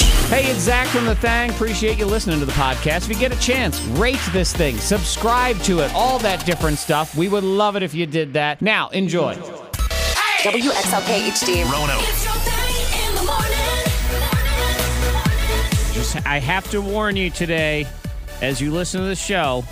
Hey, it's Zach from The Thang. Appreciate you listening to the podcast. If you get a chance, rate this thing, subscribe to it, all that different stuff. We would love it if you did that. Now, enjoy. WXLK HD. Rono. It's your thing in the morning. Just- I have to warn you today, as you listen to the show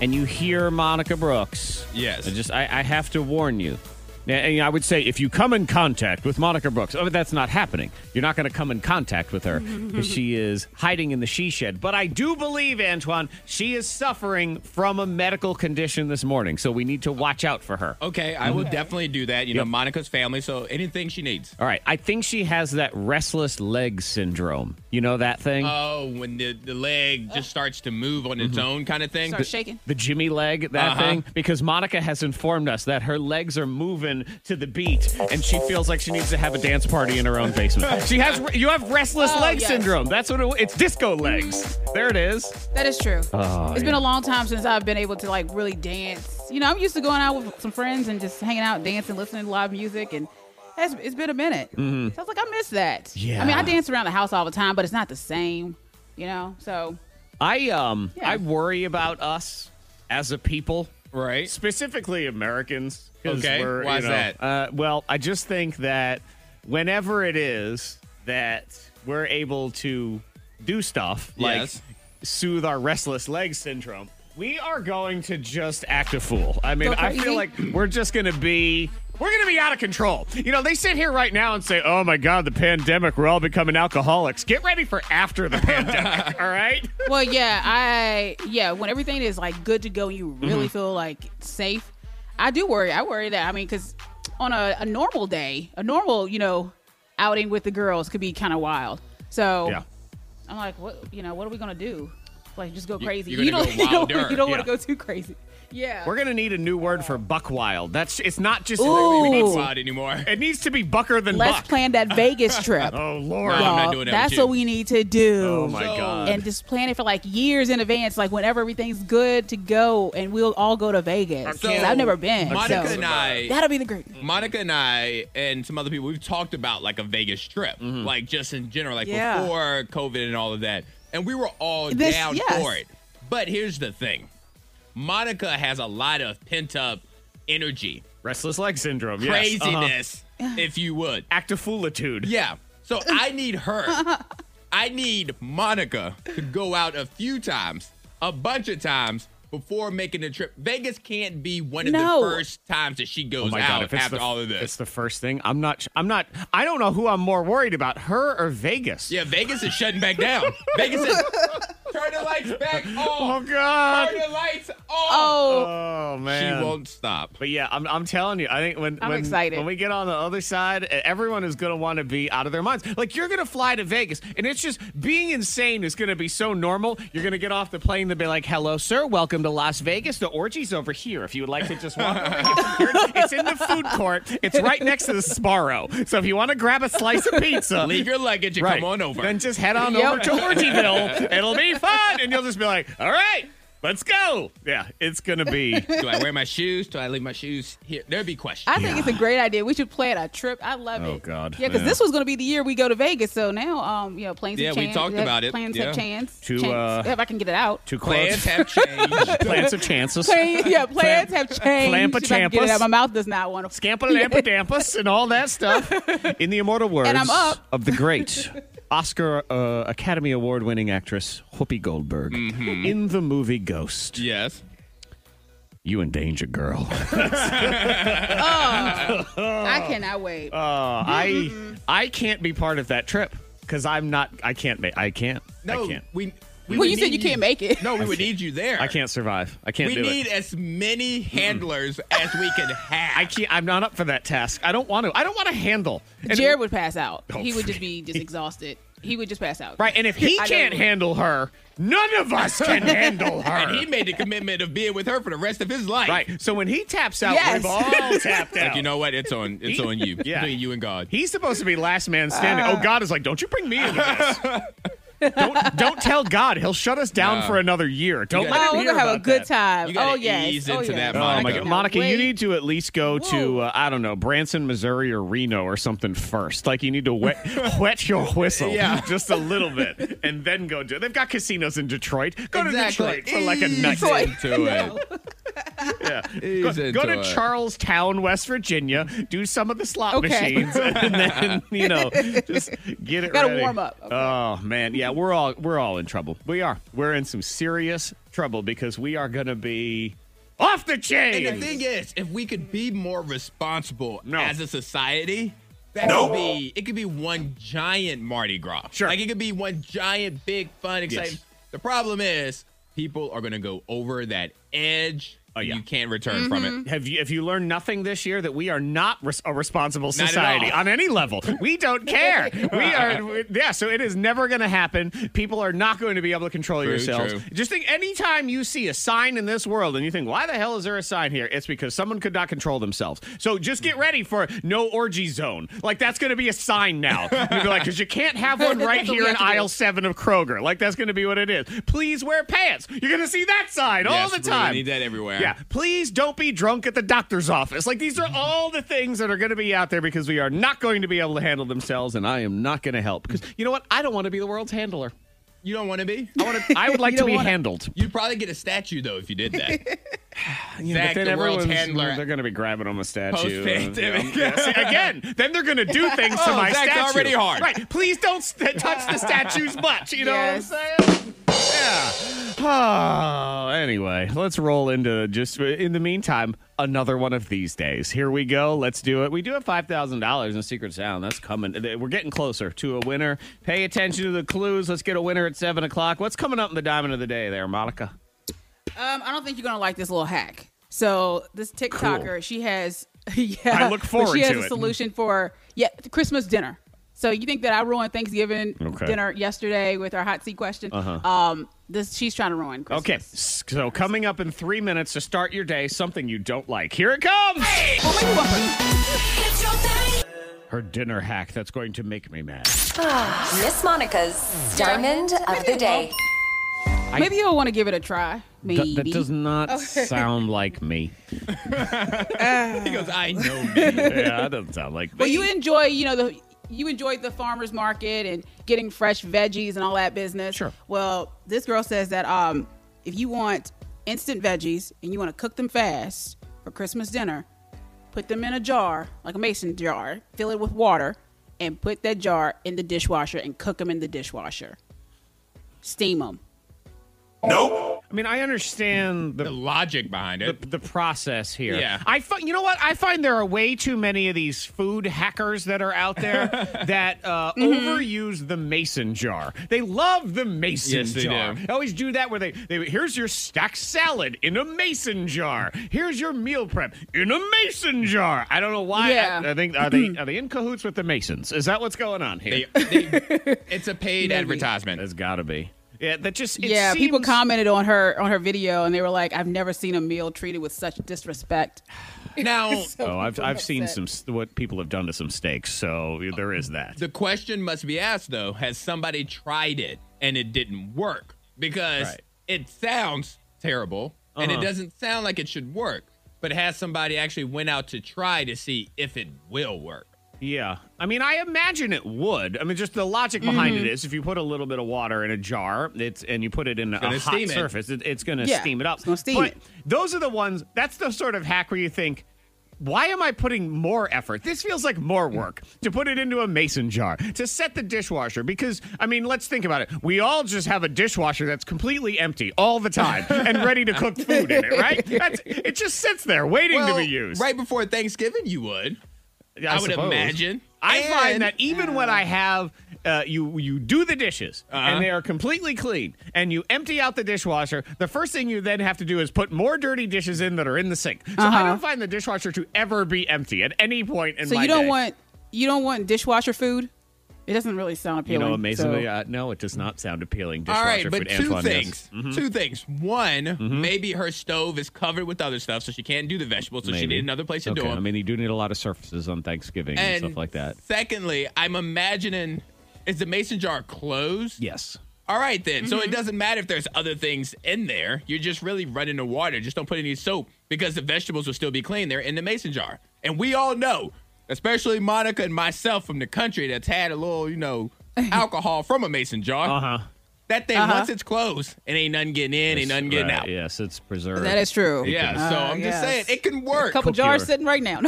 and you hear Monica Brooks. Yes. I just I, I have to warn you. And and I would say if you come in contact with Monica Brooks, oh, that's not happening. You're not going to come in contact with her because she is hiding in the she shed. But I do believe, Antoine, she is suffering from a medical condition this morning. So we need to watch out for her. Okay, I Mm-hmm. will definitely do that. You know, Monica's family, so anything she needs. All right. I think she has that restless leg syndrome. You know that thing? Oh, when the, the leg just starts to move on its own kind of thing. Uh. Mm-hmm. Start shaking. the Jimmy leg, that Uh-huh. thing, because Monica has informed us that her legs are moving to the beat, and she feels like she needs to have a dance party in her own basement. she has you have restless Oh, leg yes. syndrome. That's what it, it's. Disco legs. There it is. That is true. It's Oh, been a long time since I've been able to like really dance. You know, I'm used to going out with some friends and just hanging out, dancing, listening to live music, and it's, it's been a minute. So I was like, I miss that. Mm-hmm. Yeah. I mean, I dance around the house all the time, but it's not the same. You know, so I um Yeah. I worry about us as a people, Right. Specifically Americans. 'cause Okay, we're, why's you know, that? Uh, well, I just think that whenever it is that we're able to do stuff like Yes. soothe our restless leg syndrome. We are going to just act a fool. I mean, Go I feel crazy. like we're just going to be we're going to be out of control. You know, they sit here right now and say, "Oh my god, the pandemic, we're all becoming alcoholics." Get ready for after the pandemic, all right? well, yeah, I yeah, when everything is like good to go, you Mm-hmm. really feel like safe. I do worry. I worry that I mean, because on a, a normal day, a normal you know outing with the girls could be kind of wild. So Yeah. I'm like, what you know, what are we gonna do? Like, just go You- crazy. you're You gonna don't, go you don't, wilder. you don't Yeah. want to go too crazy. Yeah. We're gonna need a new word for buckwild. That's it's not just Ooh. We need Ooh. wild anymore. it needs to be bucker than Let's buck. plan that Vegas trip. oh lord. No, I'm not y'all. doing that with That's you. what we need to do. Oh my So- god. and just plan it for like years in advance, like when everything's good to go, and we'll all go to Vegas. 'Cause So, I've never been. Monica so and I that'll be the great. Monica and I and some other people we've talked about like a Vegas trip. Mm-hmm. Like just in general, like Yeah. before COVID and all of that. And we were all This- down yes. for it. But here's the thing. Monica has a lot of pent up energy. Restless leg syndrome. Yes. Uh-huh. Craziness, if you would. Act of foolitude. Yeah. So I need her. I need Monica to go out a few times, a bunch of times before making the trip. Vegas can't be one of No. the first times that she Oh, goes out after all of it's this. the first thing. I'm not. I'm not. I don't know who I'm more worried about, her or Vegas. Yeah, Vegas is shutting back down. Vegas is turn the lights back Oh off. God. turn the lights off. Oh, Oh she man. won't stop. But yeah, I'm, I'm telling you, I think when I'm when, excited. when we get on the other side, e, everyone is going to want to be out of their minds. Like you're going to fly to Vegas, and it's just being insane is going to be so normal. You're going to get off the plane, they'll be like, "Hello, sir, welcome to Las Vegas. The orgy's over here. If you would like to just walk, over here." it's in the food court. It's right next to the Sparrow. So if you want to grab a slice of pizza, Leave your luggage and come on over. Then just head on Yep. over to Orgyville. It'll be fun, and you'll just be like, "All right, let's go." Yeah, it's going to be. Do I wear my shoes? Do I leave my shoes here? There'd be questions. I think it's a great idea. We should plan a trip. I love Oh, it. God. Yeah, because Yeah. this was going to be the year we go to Vegas. So now, um, you know, planes. Yeah, have we changed. talked Have- about it. Plans Yeah. have chance. To, chance. uh, if I can get it out. Too close. Plans have changed. Plants of chances. Plan- yeah, plans have changed. If I can get Flampachampas. it out. My mouth does not want to. Scampalampadampus and all that stuff. In the immortal words And I'm up. of the great Oscar uh, Academy Award winning actress Whoopi Goldberg Mm-hmm. in the movie Ghost. yes. You endanger girl. Uh, I cannot wait. Uh, I I can't be part of that trip because I'm not. I can't. ma- I can't. No, I can't. we. we well, would you said need you can't make it. No, we would need you there. I can't survive. I can't We do need it. as many handlers as we can have. I can't. I'm not up for that task. I don't want to. I don't want to handle. And- Jared would pass out. he would freak. just be just exhausted. He would just pass out. Right, and if he I know can't he would. handle her, none of us can handle her. And he made the commitment of being with her for the rest of his life. Right. So when he taps out, Yes. we've all tapped out. Like you know what? It's on. It's on you. Yeah. Between you and God. He's supposed to be last man standing. oh, God is like, don't you bring me into this. don't, don't tell God. He'll shut us down No. for another year. Don't gotta- let him Oh, we're hear gonna have a about good that. time. You gotta Oh yes. ease oh, into yes. that, Oh my Monica. God, Monica! Wait. You need to at least go to Whoa. uh, I don't know Branson, Missouri, or Reno or something first. Like you need to wet wet your whistle, Yeah. just a little bit, and then go do. They've got casinos in Detroit. Go to Exactly. Detroit for like a Easy. night. Detroit. into Yeah. Go, Ease go into to it. Charlestown, West Virginia. Do some of the slot Okay. machines, and then you know just get it. Gotta ready. warm up. Okay. Oh man, yeah, we're all we're all in trouble. We are. We're in some serious trouble because we are going to be off the chain. And the thing is, if we could be more responsible No. as a society, that could be it could be one giant Mardi Gras. Sure. Like it could be one giant big fun exciting. Yes. The problem is people are gonna go over that edge. Oh, and yeah. You can't return from it. Have you have you learned nothing this year that we are not res- a responsible at society all. on any level? We don't care. we are we- yeah. So it is never going to happen. People are not going to be able to control True, yourselves. true. Just think, anytime you see a sign in this world and you think, why the hell is there a sign here? It's because someone could not control themselves. So just get ready for no orgy zone. Like that's going to be a sign now. You'd be like, because you can't have one right So we here in have to do aisle it. seven of Kroger. Like that's going to be what it is. Please wear pants. You're going to see that sign all Yes, the we time. need that everywhere. Yeah. Please don't be drunk at the doctor's office. Like these are all the things that are going to be out there because we are not going to be able to handle themselves, and I am not going to help because you know what? I don't want to be the world's handler. You don't wanna be? I want to. I would like You to don't be wanna- handled. You'd probably get a statue though if you did that. Zach, But the everyone's- world's handler. They're going to be grabbing on a statue. um, Post-pandemic. Yeah, see, again, then they're going to do things to Oh, my Zach's statue. already hard. Right. Please don't st- touch the statue's much. You know Yes. what I'm saying? Yeah. Oh, anyway, let's roll into just uh, in the meantime another one of these days. Here we go. Let's do it. We do have five thousand dollars in Secret Sound. That's coming. We're getting closer to a winner. Pay attention to the clues. Let's get a winner at seven o'clock. What's coming up in the Diamond of the Day, there, Monica? Um, I don't think you're gonna like this little hack. So this TikToker, she has yeah. I look but forward She has to a it. solution for yeah the Christmas dinner. So you think that I ruined Thanksgiving Okay. Uh-huh. dinner yesterday with our hot seat question? Um, this she's trying to ruin. Christmas. Okay, so coming up in three minutes to start your day, something you don't like. Here it comes! Well, maybe one person. Her dinner hack that's going to make me mad. Miss Monica's Diamond of the Day. Maybe you'll want to give it a try. Maybe. Th- that does not sound like me. he goes, I know me. Yeah, that doesn't sound like me. But you enjoy, you know, the you enjoyed the farmers market and getting fresh veggies and all that business. Sure. Well, this girl says that um, if you want instant veggies and you want to cook them fast for Christmas dinner, put them in a jar, like a mason jar, fill it with water, and put that jar in the dishwasher and cook them in the dishwasher. Steam them. I mean, I understand the the. logic behind The, it. the process here. Yeah. I find you know what I find there are way too many of these food hackers that are out there that uh, Mm-hmm. overuse the mason jar. They love the mason Yes, they jar. do. I always do that where they, they here's your stacked salad in a mason jar. Here's your meal prep in a mason jar. I don't know why. Yeah. I, I think are they are they in cahoots with the masons? Is that what's going on here? They- they- it's a paid advertisement. That's got to be. Yeah, that just it yeah, people seems- commented on her on her video and they were like, "I've never seen a meal treated with such disrespect." Now, Oh, I've people I've seen upset. some st- what people have done to some steaks, so there is that. The question must be asked though, has somebody tried it and it didn't work? Because Right. it sounds terrible and it Uh-huh. doesn't sound like it should work. But has somebody actually went out to try to see if it will work? Yeah. I mean, I imagine it would. I mean, just the logic behind it is if you put a little bit of water in a jar it's, and you put it in a gonna hot steam it. surface, it, it's going to Yeah, steam it up. it's gonna steam but it. those are the ones, that's the sort of hack where you think, why am I putting more effort? This feels like more work to put it into a mason jar, to set the dishwasher. Because, I mean, let's think about it. We all just have a dishwasher that's completely empty all the time and ready to cook food in it, right? That's, it just sits there waiting Well, to be used. Right before Thanksgiving you would. I, would suppose. imagine. I And- find that even when I have uh, you you do the dishes Uh-huh. and they are completely clean and you empty out the dishwasher, the first thing you then have to do is put more dirty dishes in that are in the sink. So I don't find the dishwasher to ever be empty at any point in Uh-huh. So my you don't day. want you don't want dishwasher food. It doesn't really sound you appealing. know amazingly so- uh, no, it does not sound appealing. Dishwasher All right, food, but two Antoine, yes. Mm-hmm. things. Two things. One, maybe her stove is covered with other stuff, so she can't do the vegetables, so she Maybe. need another place to okay. do them. I mean, you do need a lot of surfaces on Thanksgiving and, stuff like that. Secondly, I'm imagining is the mason jar closed? Yes. All right, then. So Mm-hmm. it doesn't matter if there's other things in there. You're just really running the water. Just don't put any soap because the vegetables will still be clean. They're in the mason jar. And we all know, especially Monica and myself from the country that's had a little, you know, alcohol from a mason jar. Uh-huh. Uh huh. That thing, once it's closed, it ain't none getting in, ain't none getting out. Yeah, Yes, it's preserved. That is true. so Uh, I'm just yes. saying, it can work. Couple Cook jars your- sitting right now.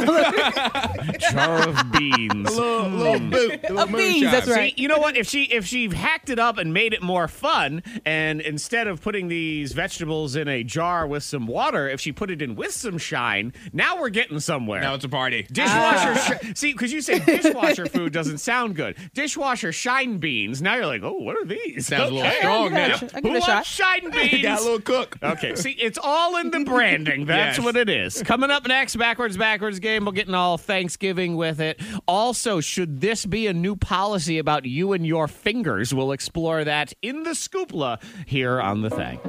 jar of beans. little, little boot, little Of Mm. beans, moonshine. that's right. See, you know what? If she if she hacked it up and made it more fun, and instead of putting these vegetables in a jar with some water, if she put it in with some shine, now we're getting somewhere. Now it's a party. dishwasher. Ah. shi- see, because you say dishwasher food doesn't sound good. Dishwasher shine beans. Now you're like, oh, what are these? Sounds a little Okay. strong Yeah, now. sure. I give Who it a wants shot. shine beans? Got a little cook. Uh, Okay, see, it's all in the branding. That's Yes. what it is. Coming up next, backwards, backwards game. We're getting all Thanksgiving with it. Also, should this be a new policy about you and your fingers? We'll explore that in the scoopla here on the thing.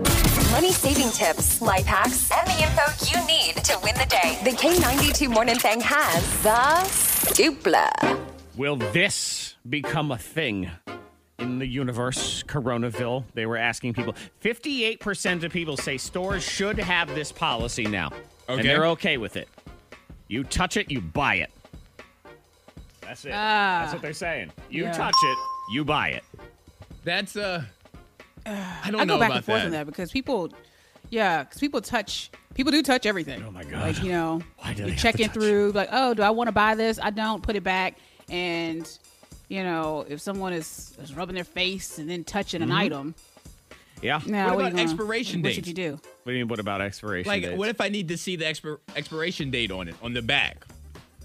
Money saving tips, life hacks, and the info you need to win the day. The K92 Morning Thing has the dupla. Will this become a thing in the universe, Coronaville? They were asking people. 58% of people say stores should have this policy now. Okay. And they're okay with it. You touch it, you buy it. That's it. That's what they're saying. You Yeah. touch it, you buy it. That's, uh, I don't I know go back about and forth on that because people, yeah, because people touch, people do touch everything. Oh my God. Like you know, Why do they you're have to checking touch? through, like, oh, do I want to buy this? I don't. Put it back, and you know, if someone is, is rubbing their face and then touching Mm-hmm. an item, Yeah. now What are you about gonna- expiration What should dates? you do? What do you mean, what about expiration? Like, dates? what if I need to see the expir- expiration date on it, on the back?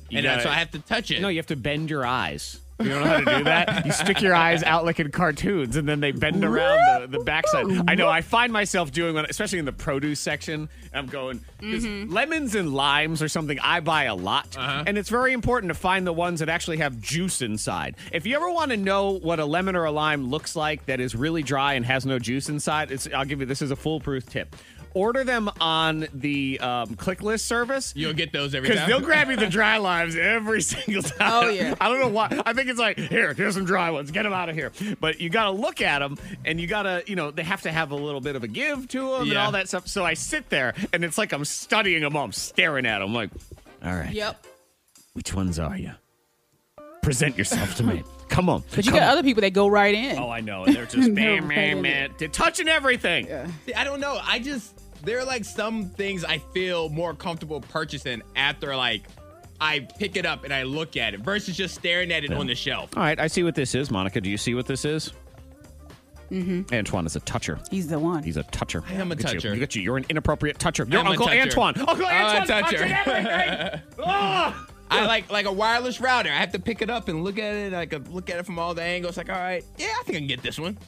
You and uh, gotta- so I have to touch it. No, you have to bend your eyes. You don't know how to do that? You stick your eyes out like in cartoons, and then they bend around the, the backside. I know. I find myself doing that, especially in the produce section. I'm going, 'cause lemons and limes are something I buy a lot. And it's very important to find the ones that actually have juice inside. If you ever want to know what a lemon or a lime looks like that is really dry and has no juice inside, it's, I'll give you this is a foolproof tip. Order them on the um, click list service. You'll get those every Because time. they'll grab you the dry limes every single time. Oh, yeah. I don't know why. I think it's like, here, here's some dry ones. Get them out of here. But you got to look at them and you got to, you know, they have to have a little bit of a give to them and Yeah. all that stuff. So I sit there and it's like I'm studying them all. I'm staring at them. like, all right, Yep. which ones are you? Present yourself to me. Come on. But you Come got on. other people that go right in. Oh, I know. They're just They're bam, right bam, in bam. They're touching everything. See, I don't know. I just there are like some things I feel more comfortable purchasing after like I pick it up and I look at it versus just staring at it on the shelf. All right, I see what this is. Monica, do you see what this is? Mm-hmm. Antoine is a toucher. He's the one. He's a toucher. I am a toucher. You. Look at you. You're an inappropriate toucher. You're I'm a Uncle toucher. Antoine. Uncle I'm a Antoine toucher. touching everything. Ah! I like like a wireless router. I have to pick it up and look at it. I could look at it from all the angles. Like, all right, yeah, I think I can get this one.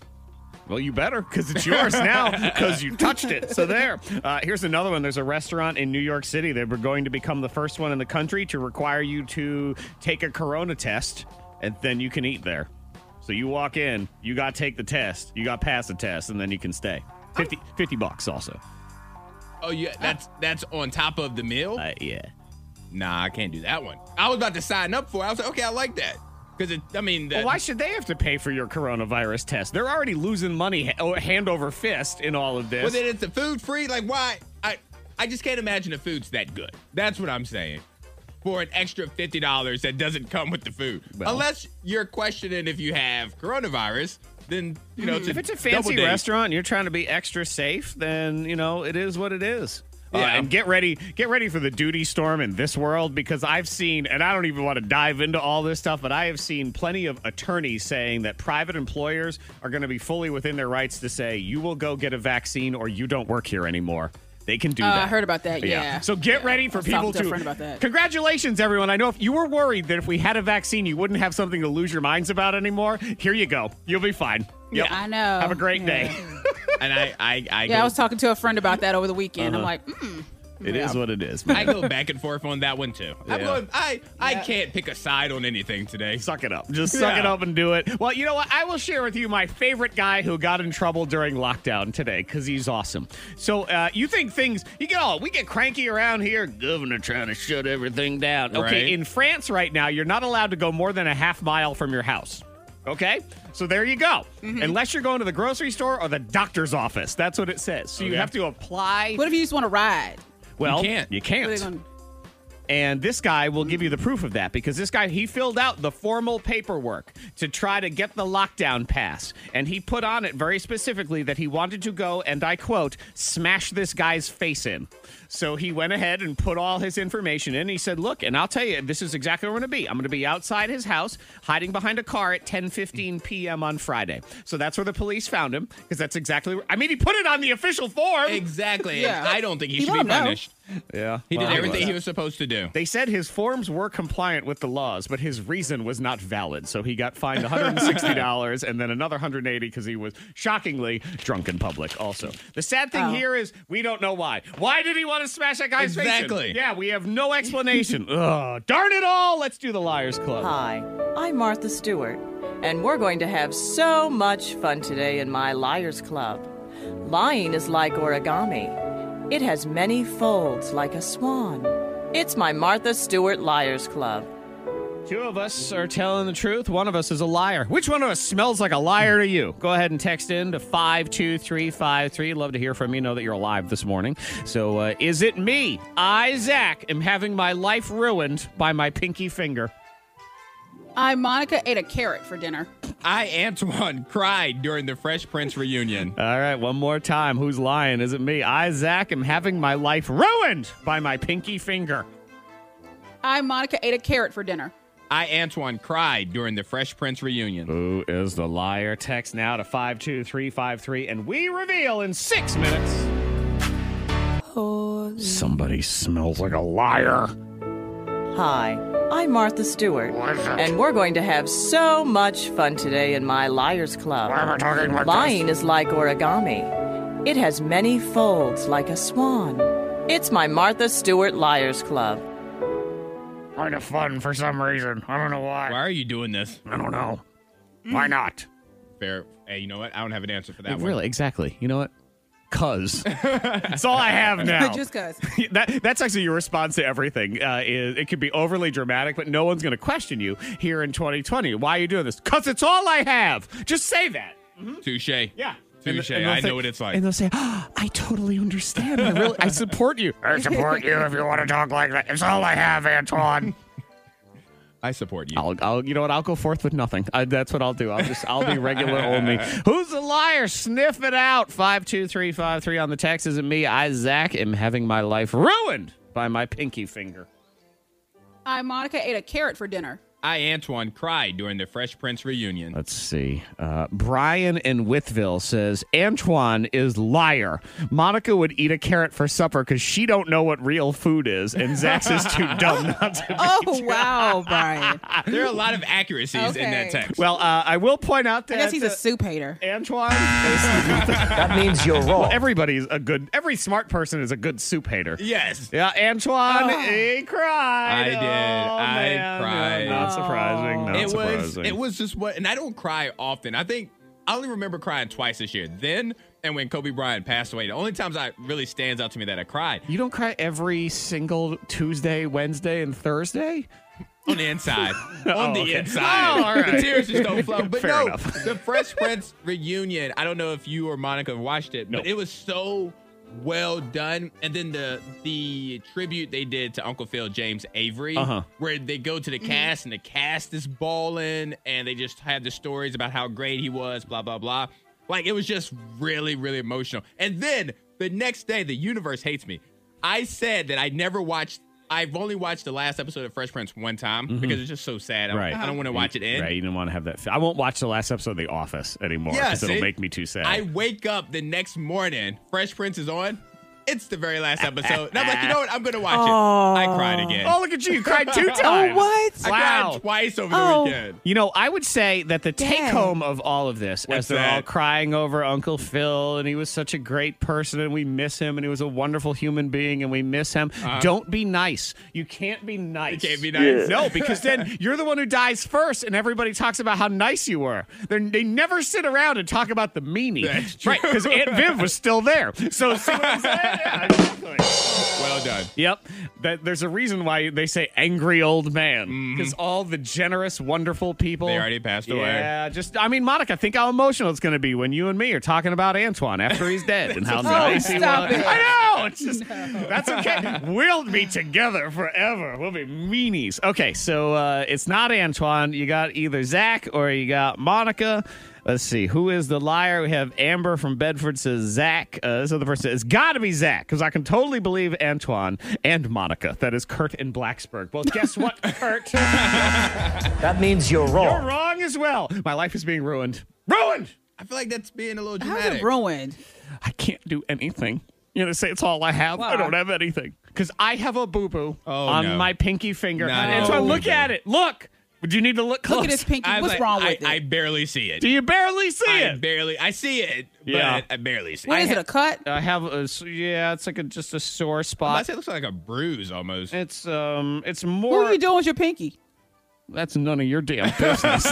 Well, you better because it's yours now because you touched it. So there. Uh, here's another one. There's a restaurant in New York City that we're going to become the first one in the country to require you to take a corona test and then you can eat there. So you walk in, you got to take the test, you got to pass the test, and then you can stay. 50, 50 bucks also. Oh yeah, that's that's on top of the meal. Uh, yeah. nah, I can't do that one. I was about to sign up for. it. I was like, okay, I like that because it. I mean, the, Well, why should they have to pay for your coronavirus test? They're already losing money ha- oh, hand over fist in all of Well, this. then it's the food free. Like, why? I I just can't imagine the food's that good. That's what I'm saying. For an extra fifty dollars that doesn't come with the food, Well- unless you're questioning if you have coronavirus, then you know. Hmm. if it's a double fancy date. restaurant and you're trying to be extra safe, then you know it is what it is. Uh, Yeah. and get ready, get ready for the duty storm in this world because I've seen, and I don't even want to dive into all this stuff, but I have seen plenty of attorneys saying that private employers are going to be fully within their rights to say you will go get a vaccine or you don't work here anymore. They can do Uh, I that. heard about that, yeah. So get Yeah. ready for I was people talking to a to. friend about that. Congratulations, everyone. I know if you were worried that if we had a vaccine, you wouldn't have something to lose your minds about anymore. Here you go. You'll be fine. Yep. I know. Have a great Yeah. day. and I I I Yeah, go, I was talking to a friend about that over the weekend. Uh-huh. I'm like, mm, It is Yeah. what it is. I go back and forth on that one too. I'm Yeah. going, I I can't pick a side on anything today. Suck it up. Just suck Yeah. it up and do it. Well, you know what? I will share with you my favorite guy who got in trouble during lockdown today because he's awesome. So uh, you think things, you get all, we get cranky around here. Governor trying to shut everything down. Okay, Right. in France right now, you're not allowed to go more than a half mile from your house. Okay, so there you go. Mm-hmm. Unless you're going to the grocery store or the doctor's office, that's what it says. So you Okay. have to apply. What if you just want to ride? well, can't. You What are can't. they gonna- And this guy will give you the proof of that because this guy, he filled out the formal paperwork to try to get the lockdown pass. And he put on it very specifically that he wanted to go, and I quote, smash this guy's face in. So he went ahead and put all his information in. He said, look, and I'll tell you, this is exactly where I'm going to be. I'm going to be outside his house, hiding behind a car at 10.15 p.m. on Friday. So that's where the police found him because that's exactly where, I mean, he put it on the official form. Exactly. Yeah. I don't think he, He should let be 'em know. punished. yeah. He did Well, everything he was supposed to do. They said his forms were compliant with the laws, but his reason was not valid. So he got fined $160 and then another 180 because he was shockingly drunk in public also. The sad thing Oh. here is we don't know why. Why did he want to smash that guy's face? in? Exactly. Yeah, we have no explanation. Ugh, darn it all. Let's do the Liars Club. Hi, I'm Martha Stewart, and we're going to have so much fun today in my Liars Club. Lying is like origami, it has many folds like a swan. It's my Martha Stewart Liars Club. Two of us are telling the truth. One of us is a liar. Which one of us smells like a liar to you? Go ahead and text in to 52353. Love to hear from you. Know that you're alive this morning. So, uh, is it me? I, Zach, am having my life ruined by my pinky finger. I Monica ate a carrot for dinner. I, Antoine, cried during the Fresh Prince reunion. All right, one more time. Who's lying? Is it me? I, Zach, am having my life ruined by my pinky finger. I Monica ate a carrot for dinner. I, Antoine, cried during the Fresh Prince reunion. Who is the liar? Text now to 52353, and we reveal in six minutes. Somebody smells like a liar. Hi, I'm Martha Stewart, and we're going to have so much fun today in my Liars Club. Lying is like origami, it has many folds like a swan. It's my Martha Stewart Liars Club. Kind of fun for some reason. I don't know Why are you doing this? I don't know. Why not? Fair. Hey, you know what? I don't have an answer for that one. Really? Exactly. You know what? Cuz. That's all I have now. Just cause. that, that's actually your response to everything. Uh, is, it could be overly dramatic, but no one's going to question you here in 2020. Why are you doing this? Cuz it's all I have. Just say that. Touche. Yeah. Touche. And- and they'll I say- know what it's like. And they'll say, "Ah, I totally understand. I really, I support you. I support you if you want to talk like that. It's all I have, Antoine. I support you. I'll, I'll, you know what? I'll go forth with nothing. I, that's what I'll do. I'll just, I'll be regular old me. Who's the liar? Sniff it out. Five two three five three on the text. Is it me? I Zach am having my life ruined by my pinky finger. I Monica ate a carrot for dinner. I, Antoine, cried during the Fresh Prince reunion. Let's see. Uh, Brian in Withville says Antoine is liar. Monica would eat a carrot for supper because she don't know what real food is, and Zach's is too dumb not to. Oh wow, Brian. Uh, There are a lot of accuracies in that Okay. text. Well, uh, I will point out that I guess he's uh, a soup hater. Antoine. that means you're wrong. Well, everybody's a good. Every smart person is a good soup hater. yes. Yeah, Antoine, he cried. Ah. I did. Oh, I man. cried. Not surprising. Not it was surprising. it was just what and I don't cry often. I think I only remember crying twice this year. Then and when Kobe Bryant passed away, the only times I really stands out to me that I cried You don't cry every single Tuesday, Wednesday, and Thursday. on the inside, on the okay. inside. Oh, all right. The tears just don't flow. But Fair no, enough. the Fresh Prince reunion. I don't know if you or Monica watched it, Nope. but it was so well done. And then the the tribute they did to Uncle Phil James Avery, Uh-huh. where they go to the cast and the cast is balling, and they just had the stories about how great he was, blah blah blah. Like it was just really really emotional. And then the next day, the universe hates me. I said that I never watched. I've only watched the last episode of Fresh Prince one time because it's just so sad. I, Mm-hmm. Right. I don't want to watch it end. Right, you don't want to have that. I won't watch the last episode of The Office anymore Yeah, because it'll see? make me too sad. I wake up the next morning, Fresh Prince is on. It's the very last episode. And I'm like, you know what? I'm going to watch it. I cried again. oh, look at you! You cried two times. what? I Wow. cried twice over the Oh. weekend. You know, I would say that the take home of all of this, as What's they're all that? crying over Uncle Phil, and he was such a great person, and we miss him, and he was a wonderful human being, and we miss him. Don't be nice. You can't be nice. Uh-huh. You can't be nice. No, because then you're the one who dies first, and everybody talks about how nice you were. They're, they never sit around and talk about the meanie. That's Right, because Aunt Viv was still there. So, see what I'm saying? Well done. Yep. That, there's a reason why they say angry old man because all the generous, wonderful people Mm-hmm. They already passed away. Yeah. Just I mean, Monica, think how emotional it's going to be when you and me are talking about Antoine after he's dead and how nice he Oh, stop was. it. I know. It's just that's okay. We'll be together forever. We'll be meanies. Okay, so uh, it's not Antoine. You got either Zach or you got Monica. Let's see who is the liar. We have Amber from Bedford says Zach. Uh, this other person says, it's got to be Zach because I can totally believe Antoine and Monica. That is Kurt in Blacksburg. Well, guess what, Kurt? That means you're wrong. You're wrong as well. My life is being ruined. Ruined. I feel like that's being a little How's dramatic. it ruined? I can't do anything. You're gonna say it's all I have. I don't have anything because I have a boo boo Oh, on no. my pinky finger. No. And so I look Okay. at it. Look. Would you need to look close? Look at his pinky. I was What's like, wrong I, with I it? barely see it. Do you barely see I it? barely. I see it, Yeah. but I barely see What it. is it? A cut? I have a s- yeah. It's like a, just a sore I spot. say it looks like a bruise almost. It's um. It's What more. are you doing with your pinky? That's none of your damn business.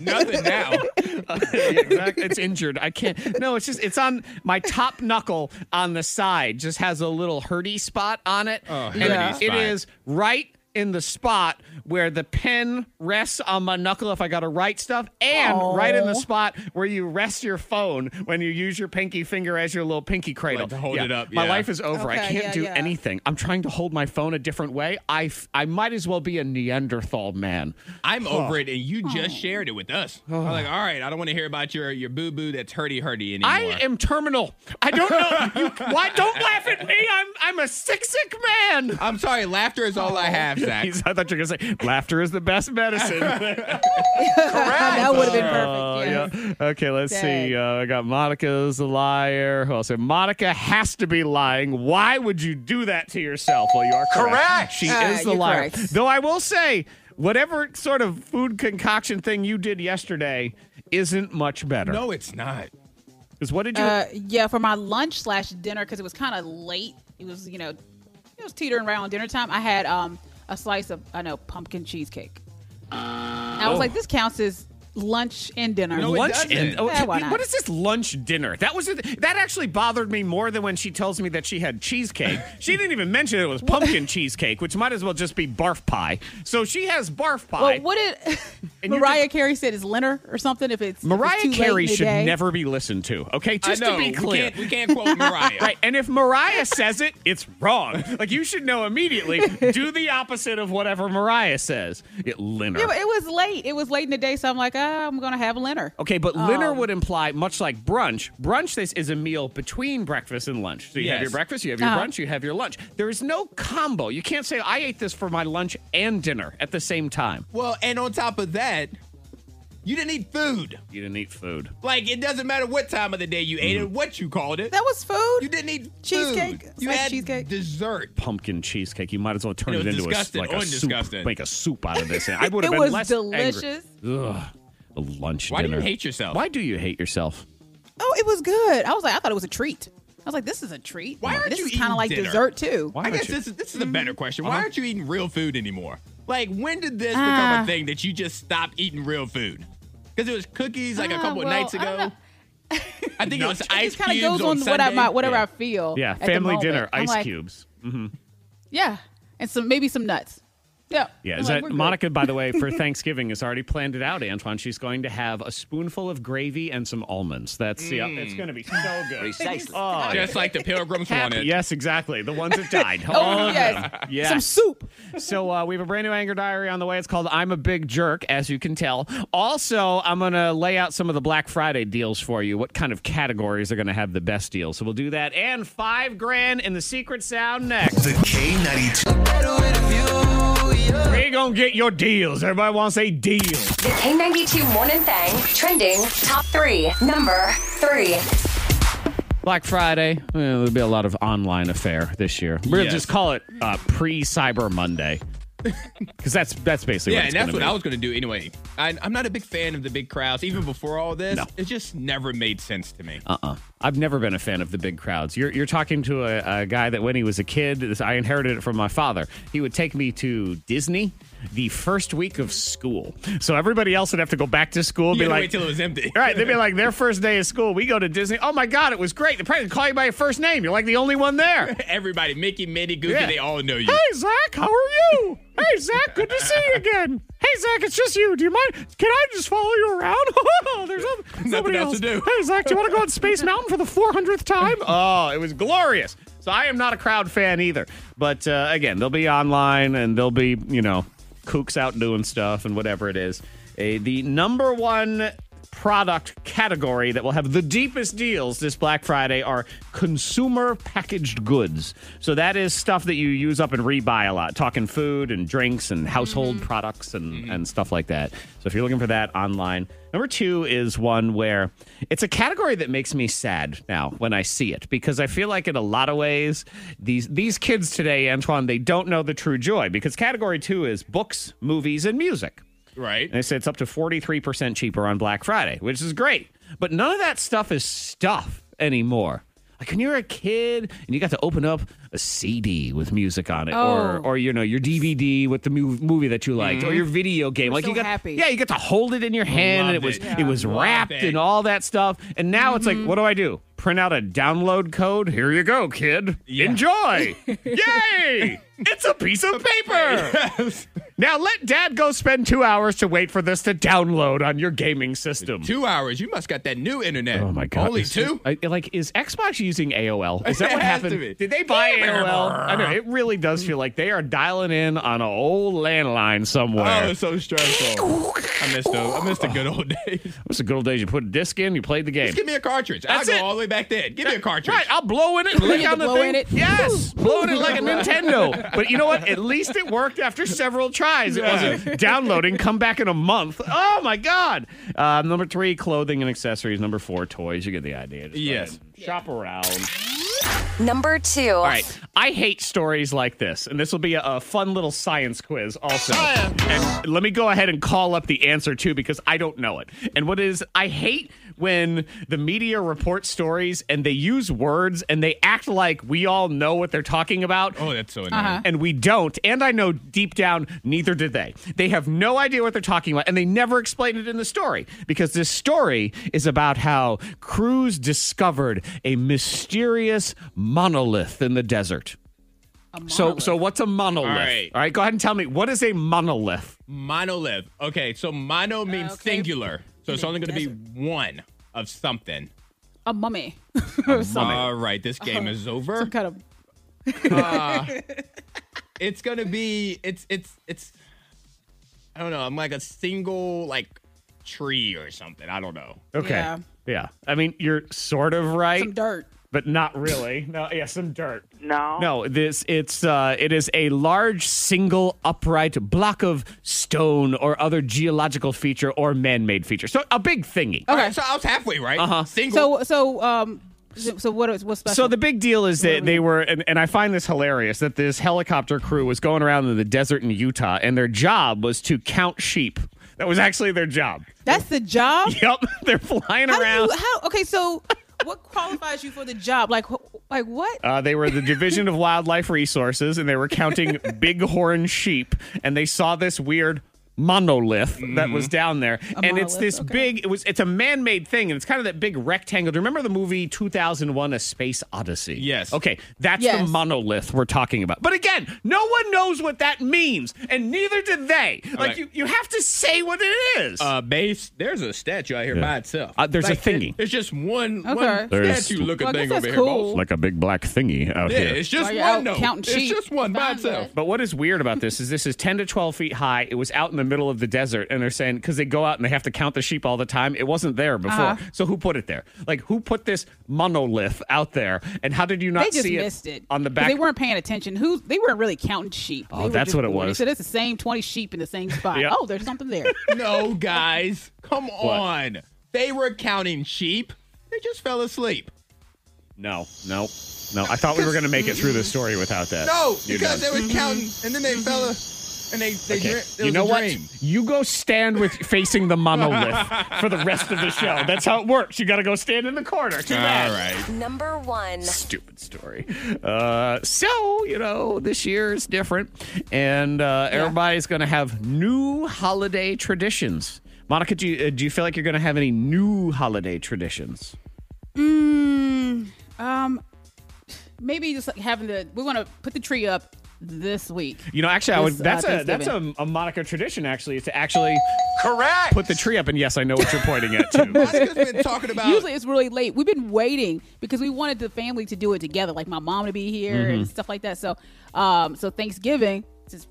Nothing now. exactly. It's injured. I can't. No, it's just it's on my top knuckle on the side. Just has a little herdy spot on it. Oh, And herdy It spot. is right in the spot where the pen rests on my knuckle if I got to write stuff, and right in the spot where you rest your phone when you use your pinky finger as your little pinky cradle. to hold it up, My yeah. life is over. I Okay, can't yeah, do yeah. anything. I'm trying to hold my phone a different way. I f- I might as well be a Neanderthal man. I'm over it, and you just shared it with us. I'm like, all right, I don't want to hear about your your boo boo that's hurdy hurdy anymore. I am terminal. I don't know. You, why? Don't laugh at me. I'm I'm a sick sick man. I'm sorry. Laughter is all I Oh. have, Zach. He's- I thought you were gonna say laughter is the best medicine. that would have been perfect. Oh, yeah. yeah. Okay, let's Dang. see. Uh, I got Monica's a liar. Who else? Monica has to be lying. Why would you do that to yourself? Well, you are correct. Correct. She Uh, is the you're liar. correct. Though I will say, whatever sort of food concoction thing you did yesterday isn't much better. no, it's not. Because what did you? Uh, yeah, for my lunch slash dinner because it was kind of late. It was you know, it was teetering around dinner time. I had um a slice of I know pumpkin cheesecake. I was Oh. like, this counts as lunch and dinner. No, it lunch doesn't. and oh, Yeah, why not? what is this lunch dinner? That was that actually bothered me more than when she tells me that she had cheesecake. she didn't even mention it was pumpkin cheesecake, which might as well just be barf pie. So she has barf pie. Well, what did And you Mariah just- Carey said is Leonard or something? If it's if it's too Mariah late Carey in the should day. never be listened to. Okay, just I know. to be we clear. can't, we can't quote Mariah. Right, and if Mariah says it, it's wrong. Like you should know immediately. Do the opposite of whatever Mariah says. It Leonard. Yeah, but it was late. It was late in the day, so I'm like, ah, I'm gonna have Leonard. Okay, but Um, dinner would imply much like brunch. Brunch this is a meal between breakfast and lunch. So you have your Yes. breakfast, you have your Uh-huh. brunch, you have your lunch. There is no combo. You can't say I ate this for my lunch and dinner at the same time. Well, and on top of that, you didn't eat food. You didn't eat food. Like it doesn't matter what time of the day you ate it, what you called it. That was food. you didn't eat food. Cheesecake. You Slice had cheesecake. dessert. Pumpkin cheesecake. You might as well turn It it, was into a, disgusting like a on soup. disgusting. Make a soup out of this. And I would Oh, It have been was less delicious. Angry. Ugh, a lunch Why do dinner. you hate yourself? Why do you hate yourself? Oh, it was good. I was like, I thought it was a treat. I was like, this is a treat. Why aren't this you is kind eating of like dinner? dessert too. Why I don't guess you- this is this Mm. is a better question. Why aren't you eating real food anymore? Like when did this become Ah. a thing that you just stopped eating real food? Because it was cookies like a Ah, couple well, nights I don't ago. know. I think it was It ice just kind of cubes goes on, what I Sunday. might, whatever Yeah. I feel. Yeah, at the family moment. dinner, I'm ice like, cubes. Yeah, and some maybe some nuts. Yeah. Yeah, I'm is like, that we're good. Monica? By the way, for Thanksgiving, has already planned it out. Antoine, she's going to have a spoonful of gravy and some almonds. That's yeah, Mm. it's going to be so good. Precisely. Oh, Just like the pilgrims wanted. yes, exactly. The ones that died. Oh, All yes. Yes. Some soup. So uh, we have a brand new anger diary on the way. It's called "I'm a Big Jerk," as you can tell. Also, I'm going to lay out some of the Black Friday deals for you. What kind of categories are going to have the best deals? So we'll do that. And five grand in the secret sound next. The K92. We're gonna get your deals. Everybody wants a deal. The K92 Morning Thang trending top three. Number three. Black Friday, eh, there'll be a lot of online affair this year. We'll Yes. just call it uh, pre Cyber Monday. Because that's that's basically Yeah, what and it's that's what gonna I was going to do anyway. I, I'm not a big fan of the big crowds, even before all this. No. It just never made sense to me. be. uh-uh. I've never been a fan of the big crowds. You're you're talking to a, a guy that when he was a kid, this, I inherited it from my father. He would take me to Disney the first week of school. So everybody else would have to go back to school. and be You had to like, wait till it was empty. Right. They'd be like, their first day of school, we go to Disney. Oh my God, it was great. The president call you by your first name. You're like the only one there. Everybody, Mickey, Minnie, Goofy, Yeah. they all know you. Hey, Zach, how are you? hey, Zach, good to see you again. Hey, Zach, it's just you. Do you mind? Can I just follow you around? There's no, nobody else to do. Hey, Zach, do you want to go on Space Mountain for the 400th time? Oh, it was glorious. So I am not a crowd fan either. But uh, again, they'll be online and they'll be, you know, kooks out doing stuff and whatever it is. Uh, the number one product category that will have the deepest deals this Black Friday are consumer packaged goods. So that is stuff that you use up and rebuy a lot, talking food and drinks and household products and, and stuff like that. So if you're looking for that online, number two is one where it's a category that makes me sad now when I see it because I feel like in a lot of ways these these kids today, Antoine, they don't know the true joy because category two is books, movies, and music. Right. And they said it's up to 43% cheaper on Black Friday, which is great. But none of that stuff is stuff anymore. Like when you're a kid and you got to open up a CD with music on it, or Oh. Mm-hmm. or you know your DVD with the mov- movie that you liked, or your video game, like so you got happy. yeah, you got to hold it in your hand, and it Loved was it. it, Yeah. was Loved wrapped it. and all that stuff. And now it's Mm-hmm. like, what do I do? Print out a download code. Here you go, kid. Enjoy. Yay! It's a piece of paper. Now let dad go spend two hours to wait for this to download on your gaming system. Two hours. You must got that new internet. Oh my god! Only Is- two. I- like, is Xbox using AOL? Is that It what has to happened? be. Did they buy AOL? I know it really does feel like they are dialing in on an old landline Oh, somewhere. it's so stressful. I missed those. I missed the good old days. It was the good old days. You put a disc in, you played the game. Just give me a cartridge. That's I'll it. go all the way back then. Give me a cartridge. Right, I'll blow in it, and lick You on the blow thing. in it. Yes, blow in it like a Nintendo. But you know what? At least it worked after several tries. It wasn't downloading. Come back in a month. Oh my god. Uh, number three, clothing and accessories. Number four, toys. You get the idea. Just Yes. fucking Shop around. Number two. All right. I hate stories like this, and this will be a, a fun little science quiz also. And let me go ahead and call up the answer too because I don't know it. And what is I hate when the media reports stories and they use words and they act like we all know what they're talking about. Oh, that's so annoying. And we don't. And I know deep down, neither did they. They have no idea what they're talking about, and they never explain it in the story because this story is about how crews discovered a mysterious monolith in the desert. So, so what's a monolith? All right. All right, go ahead and tell me what is a monolith. Monolith. Okay, so mono means okay. singular. So it's The only going to desert. be one of something. a mummy. All right, this game is over. Some kind of It's going to be it's it's it's I don't know. I'm like a single like tree or something. I don't know. Okay. Yeah. Yeah. I mean, you're sort of right. some dirt. but not really. No, yeah, some dirt. No. No, this it's uh it is a large single upright block of stone or other geological feature or man-made feature. So a big thingy. Oh, Okay, so I was halfway right. Uh-huh. Single. So so um so what is what's special? So the big deal is that they were, and, and I find this hilarious, that this helicopter crew was going around in the desert in Utah, and their job was to count sheep. That was actually their job. that's the job. Yep, they're flying How do around. you how okay so what qualifies you for the job? Like wh- like what? Uh, they were the Division of Wildlife Resources, and they were counting bighorn sheep, and they saw this weird monolith that was Mm-hmm. down there, and it's monolith, this okay. big. It was it's a man-made thing, and it's kind of that big rectangle. Do you remember the movie 2001: A Space Odyssey? Yes. Okay, that's the Yes. monolith we're talking about. But again, no one knows what that means, and neither did they. Like right. you, you have to say what it is. uh, base. There's a statue out here by itself. Uh, there's a thingy. There's just one, Okay. one There's- statue looking Well, I guess thing over that's here. cool. boss. like a big black thingy out Yeah, it's just While you're one out though. counting It's sheep. just one by Found itself. it. But what is weird about this is this is 10 to 12 feet high. It was out in the middle of the desert, and they're saying because they go out and they have to count the sheep all the time. It wasn't there before. Uh-huh. So who put it there? Like who put this monolith out there? And how did you not They just see missed it, on the 'Cause back? They weren't paying attention. Who they weren't really counting sheep. Oh, They were that's just what it doing was. So that's the same twenty sheep in the same spot. Yeah. Oh, there's something there. No, guys, come on. They were counting sheep. They just fell asleep. No, no, no. I thought we were going to make it through the story without that. No, You because know. they were counting, and then they fell. a- and they they Okay. dream. It You was know a what? dream. You go stand with facing the monolith for the rest of the show. That's how it works. You got to go stand in the corner. Too All bad. right. Number one. Stupid story. Uh, so you know this year is different, and uh, everybody's going to have new holiday traditions. Monica, do you, uh, do you feel like you're going to have any new holiday traditions? Um, maybe just like having the we want to put the tree up this week. You know, actually, I would. This, uh, That's a that's a, a Monica tradition. Actually, is to actually correct put the tree up. And yes, I know what you're pointing at too. Monica's been talking about. Usually it's really late. We've been waiting because we wanted the family to do it together, like my mom to be here and stuff like that. So, um, so Thanksgiving, since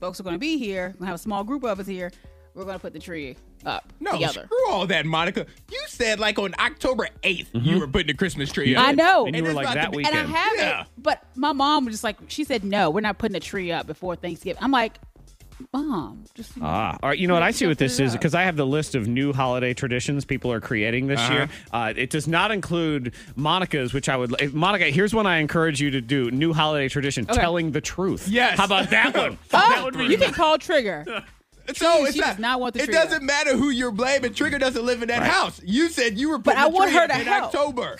folks are going to be here, we have a small group of us here. We're going to put the tree up no, together. screw all that, Monica. You said like on October 8th you were putting the Christmas tree up. Mm-hmm. I know. And And, you And were like it's about to that be- weekend. I have Yeah. it, but my mom was just like, she said, no, we're not putting a tree up before Thanksgiving. I'm like, mom, just Oh. Ah, all right. You know what? I see what this Put it is up. because I have the list of new holiday traditions people are creating this year. Uh-huh. Uh, it does not include Monica's, which I would. if- Monica, here's one I encourage you to do: new holiday tradition, telling the truth. Yes. How about that one? Oh, you can call trigger. So She- it's she does not want the It tree doesn't up. matter who you're blaming. Trigger doesn't live in that house. You said you were putting I the want tree her up to in help. October.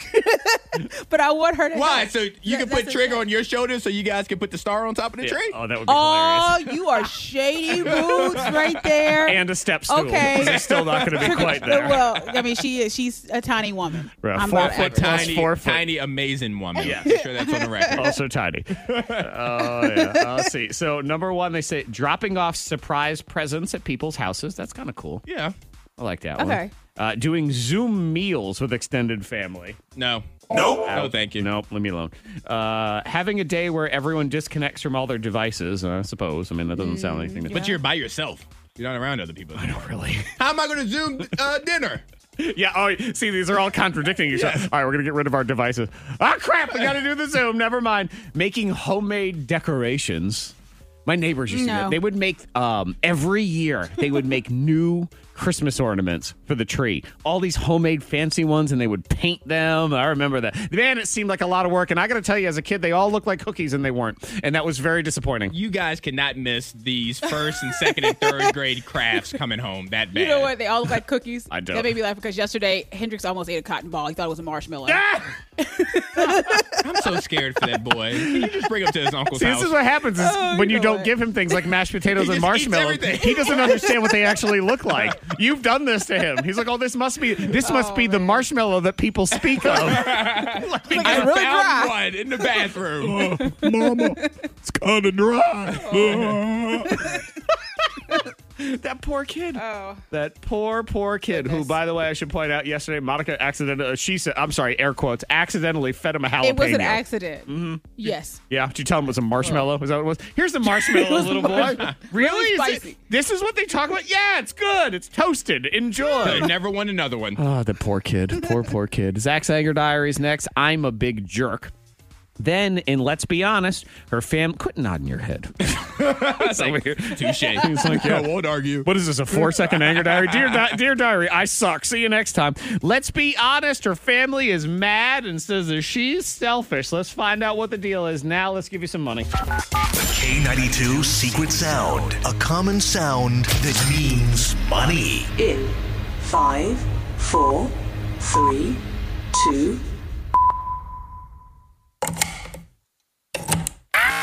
But I want her to. Why? help. So you That- can that's put the Trigger thing. on your shoulders so you guys can put the star on top of the tree. Oh, that would be hilarious. Oh, you are shady roots right there. And a step stool. Okay. 'cause It's still not going to be Trigger- quite there. Well, I mean, she is. She's a tiny woman. Right, I'm four not- foot- Plus tiny, four foot. tiny, amazing woman. Yeah, sure that's on the record. also tiny. Oh yeah. Uh, let's see. So number one, they say dropping off surprise presents at people's houses. That's kind of cool. yeah. I like that one. Okay. Uh, doing Zoom meals with extended family. No. Nope. No, thank you. Nope, leave me alone. Uh, having a day where everyone disconnects from all their devices, I suppose. I mean, that doesn't sound anything. That, But you're by yourself. You're not around other people. But really. How am I going to Zoom uh, dinner? yeah, oh, see, these are all contradicting each other. All right, we're going to get rid of our devices. Ah, crap, we got to do the Zoom. Never mind. Making homemade decorations. My neighbors used to do No. that. They would make, um, every year, they would make new Christmas ornaments for the tree. All these homemade fancy ones, and they would paint them. I remember that. Man, it seemed like a lot of work. And I got to tell you, as a kid, they all looked like cookies, and they weren't. And that was very disappointing. You guys cannot miss these first and second and third grade crafts coming home that bad. You know what? They all look like cookies. I don't. That made me laugh because yesterday Hendrix almost ate a cotton ball. He thought it was a marshmallow. I'm so scared for that boy. Can you just bring him to his uncle's See, house? this is what happens is when you don't God. give him things like mashed potatoes Oh, He and just eats marshmallows. everything. He doesn't understand what they actually look like. You've done this to him. He's like, "Oh, this must be this must be the marshmallow that people speak of." I It's really found dry. one in the bathroom. Oh. Mama, it's kind of Oh, dry. that poor kid. Oh. That poor, poor kid. Who, by the way, I should point out, yesterday Monica accidentally she said, "I'm sorry," air quotes, accidentally fed him a jalapeno. Mm-hmm. It was an accident. Yes. Yeah, did you tell him it was a marshmallow? Is that what it was? Here's the marshmallow, little boy. Really? Is it- spicy. this is what they talk about? Yeah, it's good. It's toasted. I Enjoy. never won another one. oh, the poor kid. Poor, poor kid. Zach's Anger Diaries next. I'm a big jerk. Then, and let's be honest, her fam. Quit nodding your head. It's over here. Touche. He's like, yeah. won't argue. What is this, a four second anger diary? Dear, di- dear diary, I suck. See you next time. Let's be honest. Her family is mad and says that she's selfish. Let's find out what the deal is. Now, let's give you some money. K92 Secret Sound, a common sound that means money. In five, four, three, two.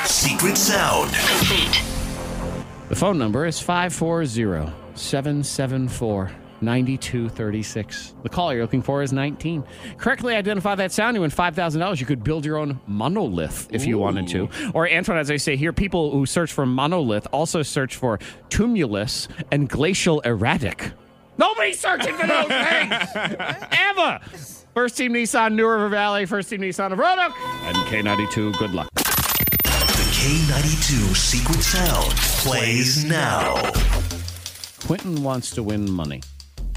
Secret Sound. The phone number is 540 774 9236. The call you're looking for is 19. Correctly identify that sound, you win $5,000. You could build your own monolith if you wanted to. Or, Antoine, as I say here, people who search for monolith also search for tumulus and glacial erratic. Nobody's searching for those things! Ever! First Team Nissan, New River Valley, First Team Nissan of Roanoke, and K92, good luck. The K92 Secret Sound plays now. Quentin wants to win money.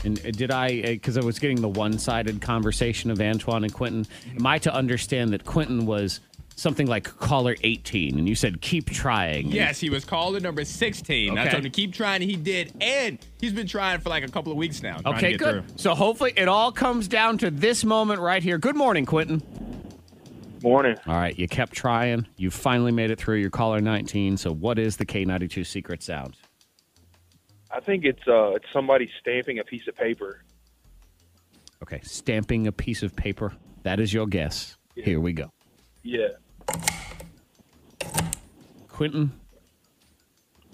And uh, did I, because I was getting the one sided conversation of Antoine and Quentin, am I to understand that Quentin was something like caller 18 and you said keep trying? and- Yes, he was called at number 16. I Okay. told him to keep trying. He did. And he's been trying for like a couple of weeks now. trying to Okay, get good. through. So hopefully it all comes down to this moment right here. Good morning, Quentin. Morning. All right, you kept trying. You finally made it through. You're caller 19. So, what is the K92 secret sound? I think it's uh, it's somebody stamping a piece of paper. Okay, stamping a piece of paper. That is your guess. Here we go. Yeah. Quentin,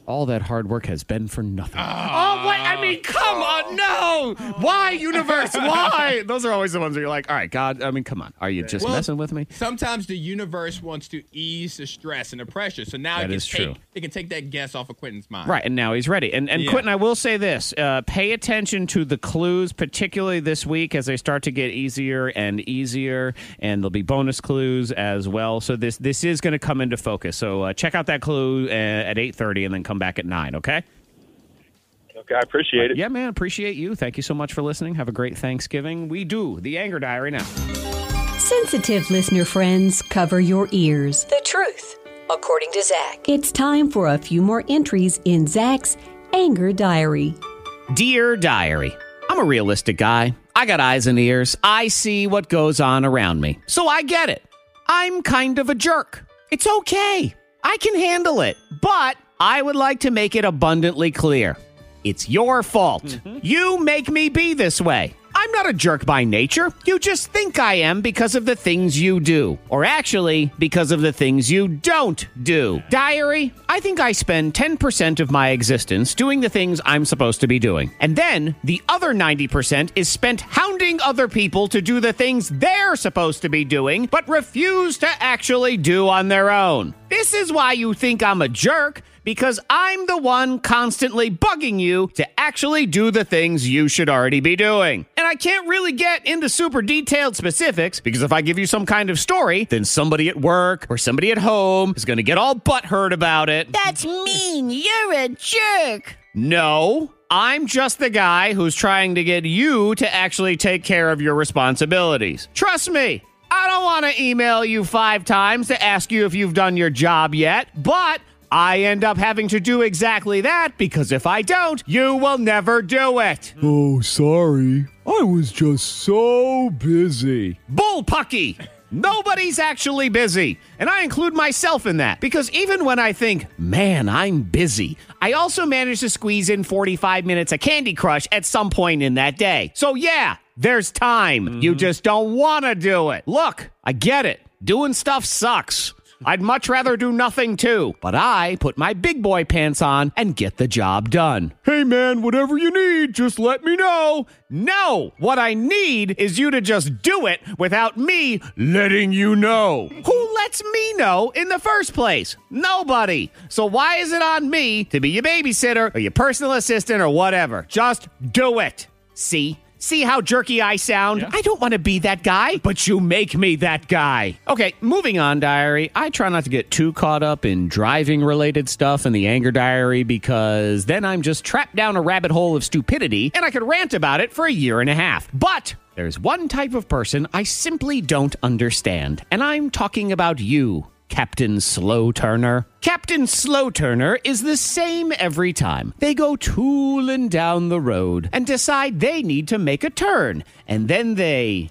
all that hard work has been for nothing. Oh, what? I mean, come on. No. Why, universe? Why? Those are always the ones where you're like, all right, God, I mean, come on. Are you just Well, messing with me? Sometimes the universe wants to ease the stress and the pressure, so now That it can is take true. it can take that guess off of Quentin's mind. Right, and now he's ready. And and Yeah. Quentin, I will say this: uh, pay attention to the clues, particularly this week, as they start to get easier and easier, and there'll be bonus clues as well. So this this is going to come into focus. So uh, check out that clue uh, at eight thirty, and then come back at nine. Okay. Okay, I appreciate it. Yeah, man, appreciate you. Thank you so much for listening. Have a great Thanksgiving. We do the Anger Diary now. Sensitive listener friends, cover your ears. The truth, according to Zach. It's time for a few more entries in Zach's Anger Diary. Dear Diary, I'm a realistic guy. I got eyes and ears. I see what goes on around me. So I get it. I'm kind of a jerk. It's okay. I can handle it. But I would like to make it abundantly clear it's your fault. You make me be this way. I'm not a jerk by nature. You just think I am because of the things you do, or actually, because of the things you don't do. Diary, I think I spend 10% of my existence doing the things I'm supposed to be doing. And then the other 90% is spent hounding other people to do the things they're supposed to be doing, but refuse to actually do on their own. This is why you think I'm a jerk because I'm the one constantly bugging you to actually do the things you should already be doing. And I can't really get into super detailed specifics because if I give you some kind of story, then somebody at work or somebody at home is going to get all butthurt about it. That's mean. You're a jerk. No, I'm just the guy who's trying to get you to actually take care of your responsibilities. Trust me. I don't want to email you five times to ask you if you've done your job yet, but I end up having to do exactly that because if I don't, you will never do it. Oh, sorry. I was just so busy. Bullpucky! Nobody's actually busy. And I include myself in that because even when I think, man, I'm busy, I also manage to squeeze in 45 minutes of Candy Crush at some point in that day. So, yeah, there's time. You just don't want to do it. Look, I get it. Doing stuff sucks. I'd much rather do nothing too, but I put my big boy pants on and get the job done. Hey man, whatever you need, just let me know. No, what I need is you to just do it without me letting you know. Who lets me know in the first place? Nobody. So why is it on me to be your babysitter or your personal assistant or whatever? Just do it. See? See how jerky I sound? I don't want to be that guy, but you make me that guy. Okay, moving on, diary. I try not to get too caught up in driving related stuff in the anger diary because then I'm just trapped down a rabbit hole of stupidity and I could rant about it for a year and a half. But there's one type of person I simply don't understand, and I'm talking about you. Captain Slow Turner. Captain Slow Turner is the same every time. They go tooling down the road and decide they need to make a turn, and then they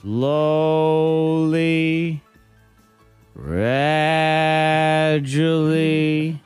slowly, gradually,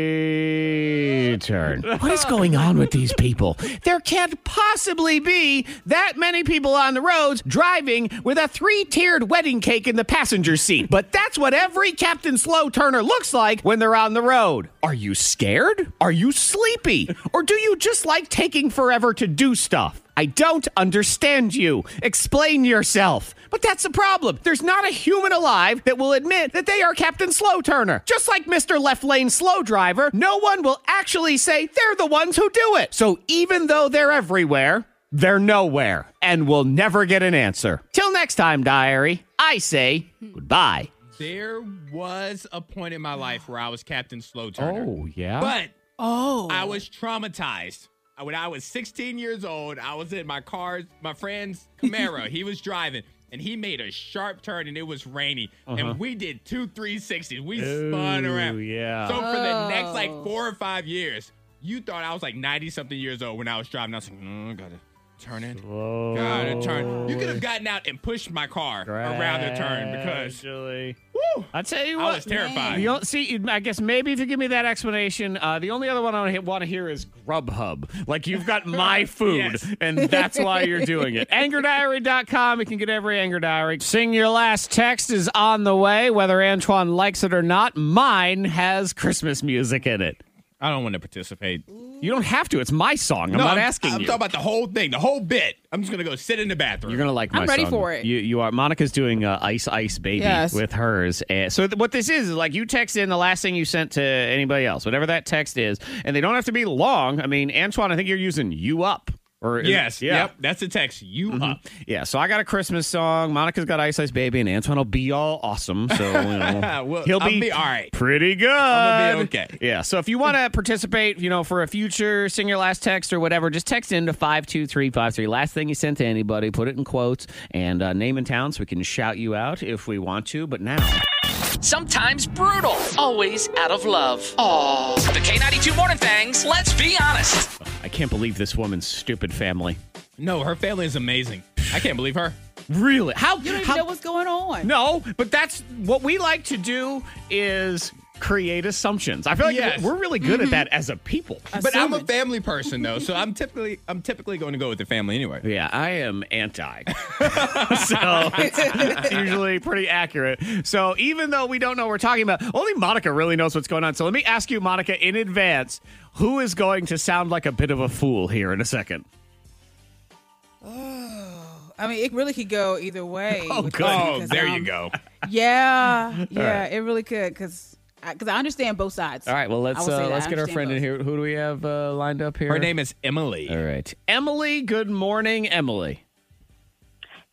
carefully turn. What is going on with these people? There can't possibly be that many people on the roads driving with a three tiered wedding cake in the passenger seat. But that's what every Captain Slow Turner looks like when they're on the road. Are you scared? Are you sleepy? Or do you just like taking forever to do stuff? I don't understand you. Explain yourself. But that's the problem. There's not a human alive that will admit that they are Captain Slow Turner. Just like Mr. Left Lane Slow Driver, no one will actually say they're the ones who do it. So even though they're everywhere, they're nowhere and will never get an answer. Till next time, diary, I say goodbye. There was a point in my life where I was Captain Slow Turner. yeah. But oh, I was traumatized. I- When I was 16 years old, I was in my car, my friend's Camaro. he was driving, and he made a sharp turn, and it was rainy, Uh-huh. and we did two 360s. We spun around. yeah. So for the next like Oh. four or five years, you thought I was like 90 something years old when I was driving. I was like, mm, I gotta Turn it. Gotta turn. You could have gotten out and pushed my car around the turn because. Woo! I tell you I what, was terrified. The o- see, I guess maybe if you give me that explanation, uh, the only other one I want to hear is Grubhub. Like you've got my food, and that's why you're doing it. AngerDiary.com. You can get every Anger Diary. Sing your last text is on the way, whether Antoine likes it or not. Mine has Christmas music in it. I don't want to participate. You don't have to. It's my song. I'm not asking I'm you. talking about the whole thing, the whole bit. I'm just gonna go sit in the bathroom. You're gonna like my I'm ready song. for it. You you are. Monica's doing uh, ice ice baby Yes. with hers. And so th- what this is is like you text in the last thing you sent to anybody else, whatever that text is, and they don't have to be long. I mean, Antoine, I think you're using you up. Or is it- Yes. yeah. Mm-hmm. Yep. That's the text. You up. Yeah, so I got a Christmas song. Monica's got Ice Ice Baby, and Antoine will be all awesome. So you know, Well, he'll I'll be all right. pretty good. I'm gonna be okay. Yeah. So if you want to participate, you know, for a future sing your last text or whatever, just text in to five two three five three. Last thing you sent to anybody, put it in quotes and uh, name and town, so we can shout you out if we want to. But now. Sometimes brutal, always out of love. Oh, the K92 Morning Fangs, let's be honest. I can't believe this woman's stupid family. No, her family is amazing. I can't believe her. Really? How? You don't even how- know what's going on. No, but that's what we like to do is create assumptions. I feel like Yes. we're really good Mm-hmm. at that as a people. But I'm a family person though, so I'm typically I'm typically going to go with the family anyway. Yeah, I am anti. so it's, it's usually pretty accurate. So even though we don't know what we're talking about, only Monica really knows what's going on. So let me ask you, Monica, in advance, who is going to sound like a bit of a fool here in a second? I mean, it really could go either way. Oh, with me, 'cause, um, go. Yeah, yeah, right. it really could because because I, understand both sides. All right, well I let's will say uh, that. let's I get our understand friend in here. Who do we have uh, lined up here? Her name is Emily. All right, Emily. Good morning, Emily.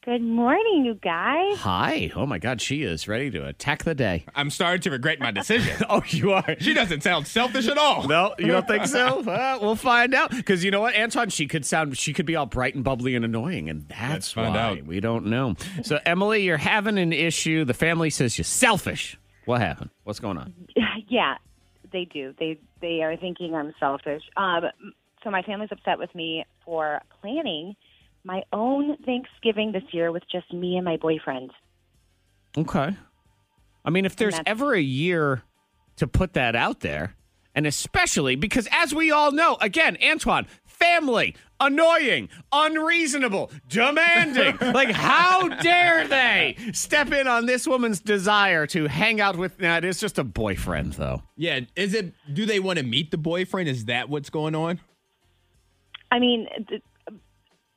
Good morning, you guys. Hi. Oh my God, she is ready to attack the day. I'm starting to regret my decision. oh, you are. She doesn't sound selfish at all. No, you don't think so? Uh, we'll find out. Because you know what, Anton, she could sound, she could be all bright and bubbly and annoying, and that's find why out. we don't know. So, Emily, you're having an issue. The family says you're selfish. What happened? What's going on? Yeah, they do. They they are thinking I'm selfish. Um, so my family's upset with me for planning my own Thanksgiving this year with just me and my boyfriend. Okay. I mean, if there's that's- ever a year to put that out there, and especially because, as we all know, again, Antoine, family, annoying, unreasonable, demanding. like, how dare they step in on this woman's desire to hang out with? Now, it is just a boyfriend, though. Yeah, is it? Do they want to meet the boyfriend? Is that what's going on? I mean, th-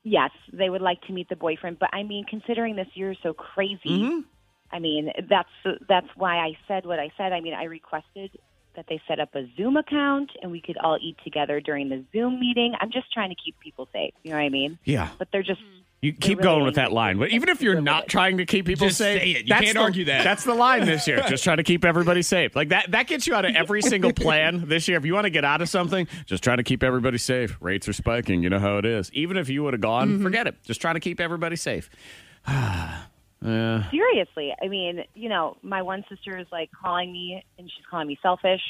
yes, they would like to meet the boyfriend, but I mean, considering this year is so crazy, I mean, that's that's why I said what I said. I mean, I requested that they set up a Zoom account and we could all eat together during the Zoom meeting. I'm just trying to keep people safe. You know what I mean? Yeah. But they're just You keep really going with that line. But even if you're not trying to keep people Just safe, say it. You that's can't the- argue that. That's the line this year. Just trying to keep everybody safe. Like that that gets you out of every single plan this year. If you want to get out of something, just trying to keep everybody safe. Rates are spiking, you know how it is. Even if you would have gone, Mm-hmm. forget it. Just trying to keep everybody safe. yeah. seriously. I mean, you know, my one sister is like calling me and she's calling me selfish.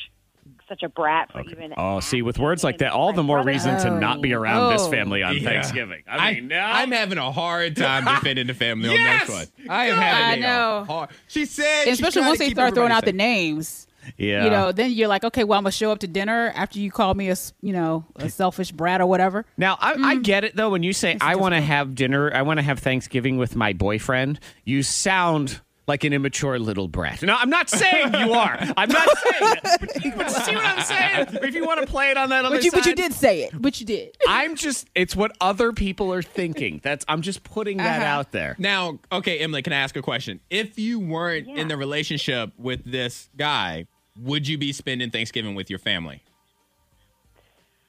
Such a brat for even Oh, see, with words like that, all the more reason to not be around this family on Oh. Yeah. Thanksgiving. I mean, no. I'm having a hard time defending the family Yes! on this Oh, one. I am having I a know. hard. She said, she's especially trying once to they keep start throwing everybody out the safe. names. Yeah. You know, then you're like, okay, well, I'm gonna show up to dinner after you call me a, s- you know, a selfish brat or whatever. Now I, I Mm. get it though when you say I want to have dinner, I want to have Thanksgiving with my boyfriend. You sound like an immature little brat. No, I'm not saying you are. I'm not saying. It. But, you, but see what I'm saying? If you want to play it on that other But you, side, but you did say it. But you did. I'm just. It's what other people are thinking. That's. I'm just putting that Uh-huh. out there. Now, okay, Emily, can I ask a question? If you weren't in the relationship with this guy, would you be spending Thanksgiving with your family?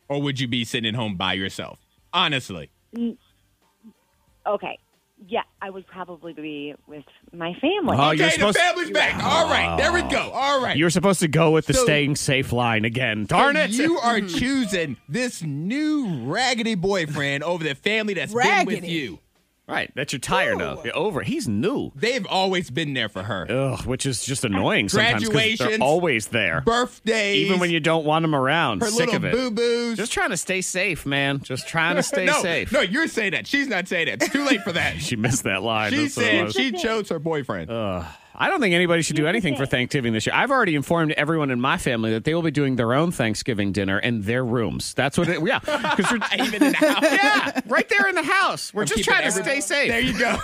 Or would you be sitting home by yourself? Honestly. Mm, Okay. Yeah, I would probably be with my family. Oh, okay, you're supposed the family's back. All right, there we go. All right. You're supposed to go with the So- staying safe line again. Darn So it! You are choosing this new raggedy boyfriend over the family that's been with Raggedy. you. Right, that you're tired of. You're over. it. He's new. They've always been there for her. Ugh, which is just annoying sometimes 'cause they're Graduations, always there. Birthdays, Even when you don't want them around. her Sick little of it. boo boos. Just trying to stay safe, man. Just trying to stay no, safe. No, you're saying that. She's not saying that. It's too late for that. She missed that line. she That's what Uh. it said was. she chose her boyfriend. Ugh. I don't think anybody should do anything for Thanksgiving this year. I've already informed everyone in my family that they will be doing their own Thanksgiving dinner in their rooms. That's what it, yeah. 'Cause we're, Even in the house. yeah, right there in the house. We're I'm just keeping trying to every- stay safe. There you go.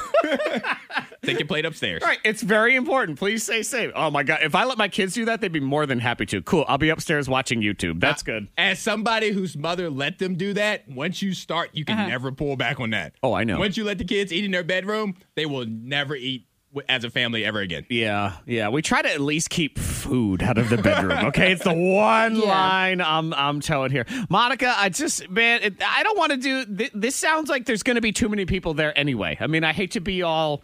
they can play it upstairs. Right. It's very important. Please stay safe. Oh my God. If I let my kids do that, they'd be more than happy to. Cool. I'll be upstairs watching YouTube. That's good. As somebody whose mother let them do that, once you start, you can never pull back on that. Uh-huh. Oh, I know. Once you let the kids eat in their bedroom, they will never eat w- as a family ever again. Yeah, yeah. We try to at least keep food out of the bedroom. Okay, it's the one Yeah. line I'm I'm telling here, Monica. I just man, it, I don't want to do. Th- this sounds like there's going to be too many people there anyway. I mean, I hate to be all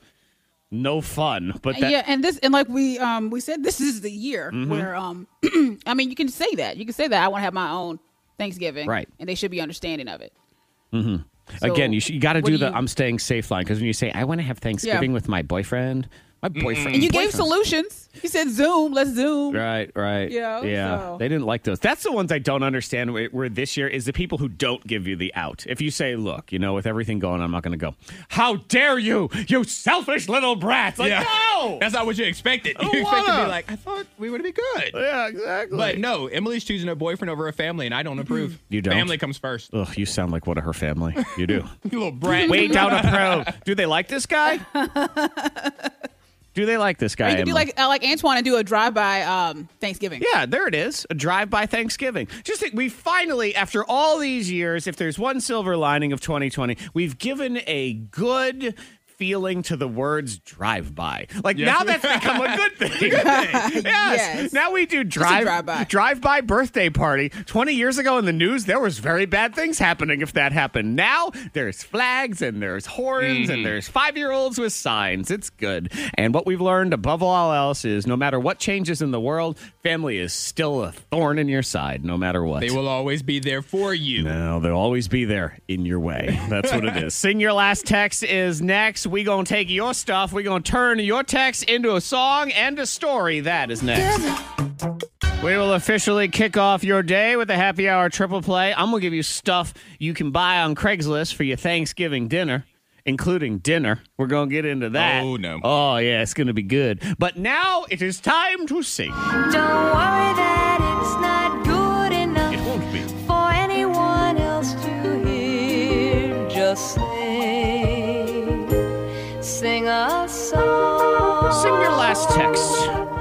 no fun, but that, yeah, and this and like we um we said this is the year Mhm. where um I mean you can say that you can say that I want to have my own Thanksgiving Right. and they should be understanding of it. hmm So, again, you sh- you got to what do do the you- I'm staying safe line because when you say I want to have Thanksgiving with my boyfriend, my boyfriend, And you gave boyfriend- solutions. You said Zoom, let's Zoom. Right, right. You know, yeah. so- They didn't like those. That's the ones I don't understand where, where this year is the people who don't give you the out. If you say, look, you know, with everything going, I'm not going to go. How dare you, you selfish little brats. Like, Yeah. no. That's not what you expected. You don't expected to wanna. be like, I thought we would be good. Yeah, exactly. But no, Emily's choosing her boyfriend over her family, and I don't approve. You don't? Family comes first. Ugh, you sound like one of her family. You do. You little brat. Way down a pro. Do they like this guy? do they like this Or guy? you could do Emily? like uh, like Antoine and do a drive by um Thanksgiving. Yeah, there it is. A drive by Thanksgiving. Just think we finally, after all these years, if there's one silver lining of 2020, we've given a good feeling to the words drive by. Like Yes. now that's become a good thing. yes. Yes. Now we do drive drive-by. drive by birthday party. 20 years ago in the news, there was very bad things happening if that happened. Now there's flags and there's horns and there's five year olds with signs. It's good. And what we've learned above all else is no matter what changes in the world, family is still a thorn in your side, no matter what. They will always be there for you. No, they'll always be there in your way. That's what it is. Sing your last text is next. We gonna take your stuff. We gonna turn your text into a song and a story. That is next. We will officially kick off your day with a happy hour triple play. I'm gonna give you stuff you can buy on Craigslist for your Thanksgiving dinner. Including dinner. We're going to get into that. Oh, no. Oh, yeah, it's going to be good. But now it is time to sing. Don't worry that it's not good enough for anyone else to hear. Just sing, sing a song. Sing your last text.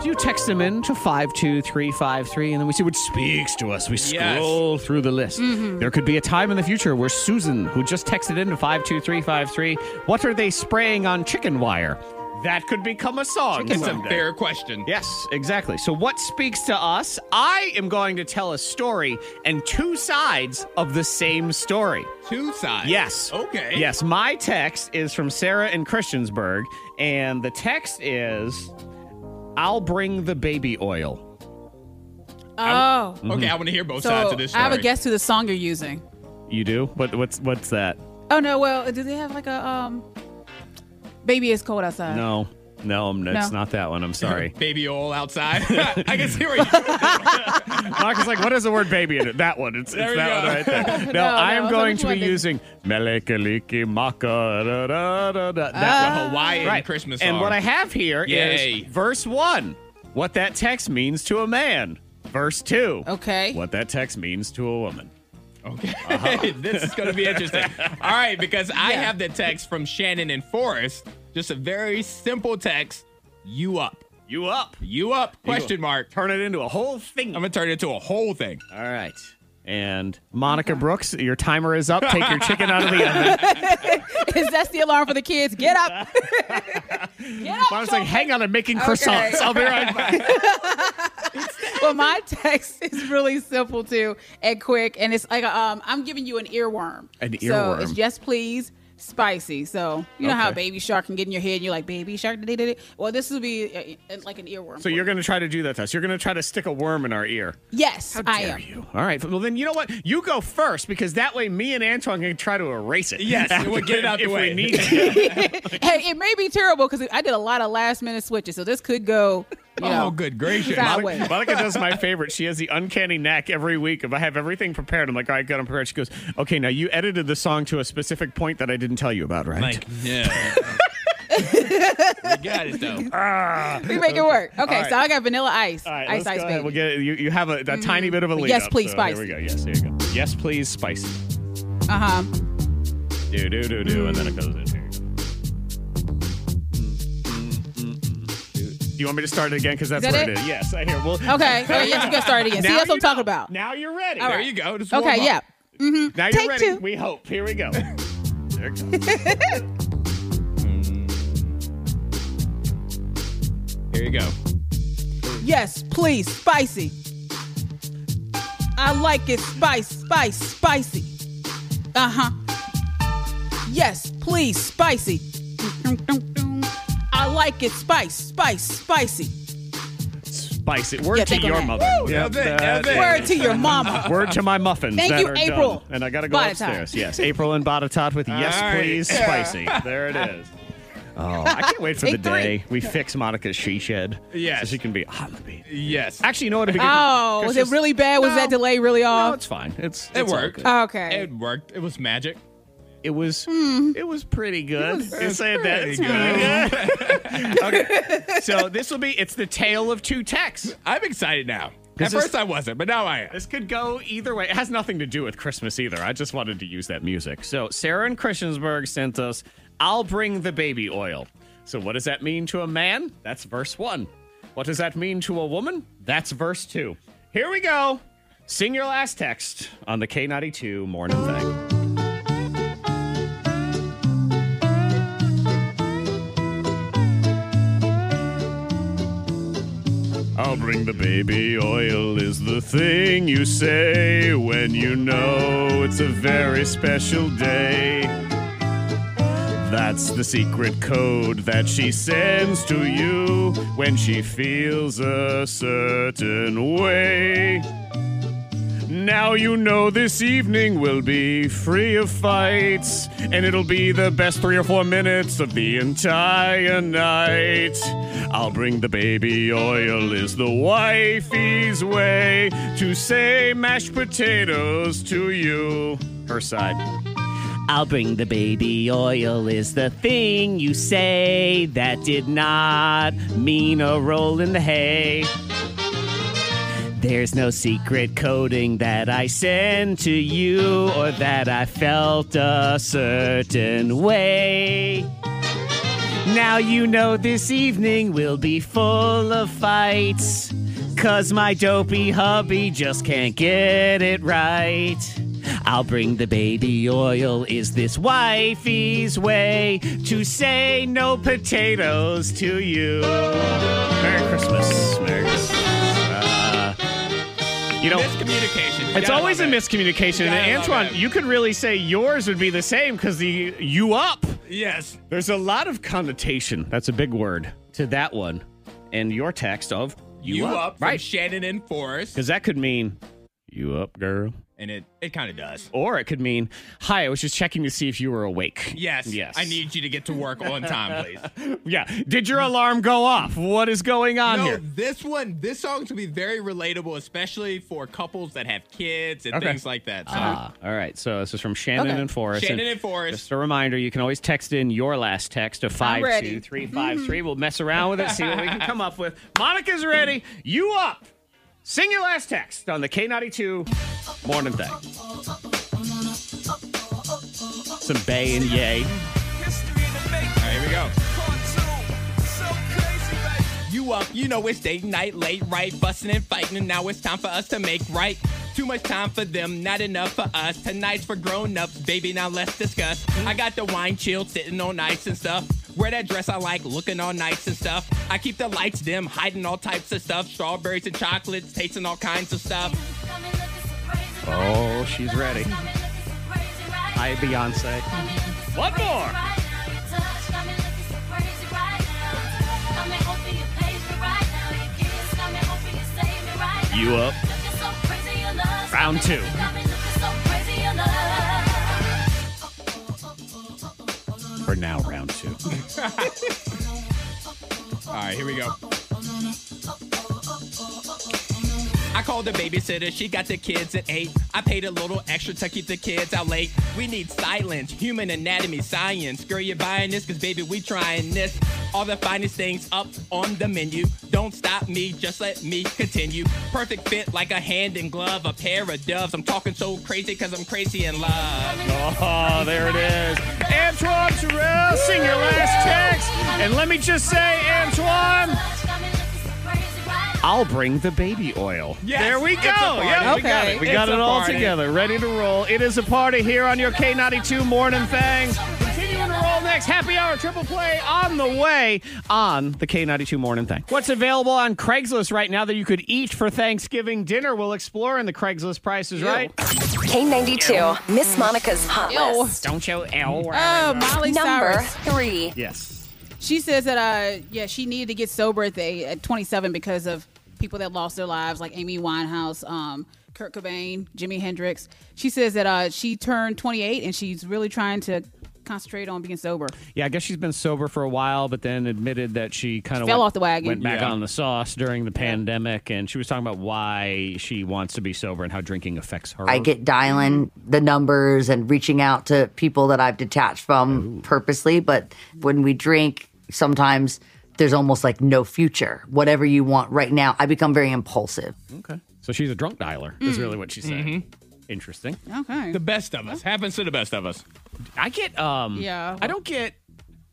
You text them in to 52353, and then we see what speaks to us. We Yes. scroll through the list. Mhm. There could be a time in the future where Susan, who just texted in to 52353, what are they spraying on chicken wire? That could become a song. It's a someday. fair question. Yes, exactly. So, what speaks to us? I am going to tell a story and two sides of the same story. Two sides. Yes. Okay. Yes, my text is from Sarah in Christiansburg, and the text is I'll bring the baby oil. Oh. Mm-hmm. Okay, I want to hear both So, sides of this I story. have a guess to the song you're using. You do? What what's what's that? Oh no, well, do they have like a um Baby it's cold outside. no. No, I'm, it's No. not that one. I'm sorry. Baby oil outside. I can see where you Mark is like, what is the word baby in it? That one. It's, There it's we that go. one right there. No, No, I am no, going which to be one did- using Melekaliki Maka. Da, da, da, da. That's one. a Hawaiian Christmas And song. what I have here is Yay. verse one, what that text means to a man. Verse two, Okay. what that text means to a woman. this is going to be interesting. Uh-huh. All right, because I have the text from Shannon and Forrest. Just a very simple text. You up? You up? You up? Question mark. Turn it into a whole thing. I'm going to turn it into a whole thing. All right. And Monica Brooks, your timer is up. Take your chicken out of the oven. Is that the alarm for the kids? Get up. Mom's like, hang on, I'm making Okay. croissants. I'll be right back. well, my text is really simple too and quick, and it's like um, I'm giving you an earworm. An So earworm. it's yes, please. spicy. So you know how a Okay. baby shark can get in your head, and you're like, baby shark. da- da- da- da." Well, this would be uh, uh, like an earworm. So you're going to try to do that to us. You're going to try to stick a worm in our ear. yes, I am. All right. Well, then you know what? You go first because that way me and Antoine can try to erase it. Yes, we'll get it out the if way. we need to. hey, it may be terrible because I did a lot of last minute switches, so this could go. You know, Oh, good gracious. Sideways. Monica, Monica does my favorite. She has the uncanny knack every week. If I have everything prepared, I'm like, all right, good, I'm prepared. She goes, okay, now you edited the song to a specific point that I didn't tell you about, right? yeah. we got it though. we make it work. Okay, All right. so I got vanilla ice, All right, ice, let's go ice, baby. Mm-hmm. ahead. We'll get it. You, you have a, a tiny bit of a lead Yes, up, please, so Here spicy. we go. Yes, here you go. Yes, please, spicy. Uh huh. Do, do, do, do, and then it goes in here. Do you want me to start it again? Because that's that where it? it is. Yes, I hear. Well, Okay, all right, yes, you can start again. See, Now that's what you I'm talking about. Now you're ready. All There right. you go. Just warm okay, up. yeah. Mm-hmm. Now you're Take ready. two. We hope. Here we go. There it goes. Here you go. yes, please, spicy. I like it spice, spice, spicy. Uh huh. Yes, please, spicy. I like it spice, spice, spicy. Spice it. Word Yeah, to take on your that. mother. Woo! Yep, Nailed it, that nailed it. Word to your mama. Word to my muffins. Thank that you, are April. done. And I got to go Botetourt. upstairs. Yes, April and Botetot with Yes All right. Please Yeah. Spicy. There it is. Oh, I can't wait for the Take three. day we fix Monica's she shed. Yes. So she can be a hot baby. Yes. Actually, you know what? If it could- Oh, 'cause was it just- really Uh, bad? Was that delay really off? No, it's fine. It's, It it's all worked. good. Okay. It worked. It was magic. It was hmm. it was pretty good. You say that. pretty It's pretty good. okay. So this will be it's the tale of two texts. I'm excited now. At This is- first I wasn't, but now I am. This could go either way. It has nothing to do with Christmas either. I just wanted to use that music. So Sarah in Christiansburg sent us, I'll bring the baby oil. So what does that mean to a man? That's verse one. What does that mean to a woman? That's verse two. Here we go. Sing your last text on the K92 morning thing. I'll bring the baby oil is the thing you say when you know it's a very special day. That's the secret code that she sends to you when she feels a certain way. Now you know this evening will be free of fights, and it'll be the best three or four minutes of the entire night. I'll bring the baby oil, is the wifey's way to say mashed potatoes to you. Her side. I'll bring the baby oil is the thing you say that did not mean a roll in the hay. There's no secret coding that I send to you or that I felt a certain way. Now you know this evening will be full of fights. Cause my dopey hubby just can't get it right. I'll bring the baby oil, is this wifey's way to say no potatoes to you? Merry Christmas. Merry Christmas. Uh, you know, Miscommunication. it's always a miscommunication. Gotta And love Antoine, it. you could really say yours would be the same because the you up. Yes. There's a lot of connotation. That's a big word to that one. And your text of you, You up, from right? Shannon and Forrest. Because that could mean you up, girl, And it, it kind of does. or it could mean hi. I was just checking to see if you were awake. Yes. Yes. I need you to get to work on time, please. Yeah. Did your alarm go off? What is going on no, here? this one, this song's gonna be very relatable, especially for couples that have kids and Okay. things like that. So Ah, all right. So this is from Shannon Okay. and Forrest. Shannon and Forrest. Just a reminder, you can always text in your last text to five ready. two three five three. We'll mess around with it, see what we can come up with. Monica's ready. You up? Sing your last text on the K ninety two morning thing. Some bay and yay. All right, here we go. You up, you know it's date night, late right, busting and fighting, and now it's time for us to make right. Too much time for them, not enough for us. Tonight's for grown-ups, baby. Now let's discuss. I got the wine chilled, sitting on ice and stuff. Wear that dress I like, looking all nice and stuff. I keep the lights dim, hiding all types of stuff. Strawberries and chocolates, tasting all kinds of stuff. Oh, she's ready. Hi, Beyonce. One more. You up. Round two. For now, round two. All right, here we go. I called the babysitter, she got the kids at eight. I paid a little extra to keep the kids out late. We need silence, human anatomy, science. Girl, you're buying this, cause baby, we trying this. All the finest things up on the menu. Don't stop me, just let me continue. Perfect fit like a hand and glove, a pair of doves. I'm talking so crazy, cause I'm crazy in love. Oh, there it is. Antoine Terrell, sing your last text. And let me just say, Antoine, I'll bring the baby oil. Yes, there we it's go. a party. Yeah, we got Okay. it. We It's got a it all party. together. Ready to roll. It is a party here on your K92 Morning Thing. Continuing to roll next. Happy hour triple play on the way on the K92 Morning Thing. What's available on Craigslist right now that you could eat for Thanksgiving dinner? We'll explore in the Craigslist prices, right? K92, Miss Monica's hot list. Don't show L. Oh, Molly Number Cyrus. three. Yes. She says that uh yeah, she needed to get sober at, the, at 27 because of people that lost their lives like Amy Winehouse, um Kurt Cobain, Jimi Hendrix. She says that uh she turned 28 and she's really trying to concentrate on being sober. Yeah, I guess she's been sober for a while, but then admitted that she kind of Fell off the wagon. went back Yeah. on the sauce during the pandemic, and she was talking about why she wants to be sober and how drinking affects her. I get dialing the numbers and reaching out to people that I've detached from purposely. But when we drink, sometimes there's almost like no future. Whatever you want right now, I become very impulsive. Okay. So she's a drunk dialer, Mm. is really what she's saying. Interesting. Okay. The best of us. Happens to the best of us. I get um Yeah. I don't get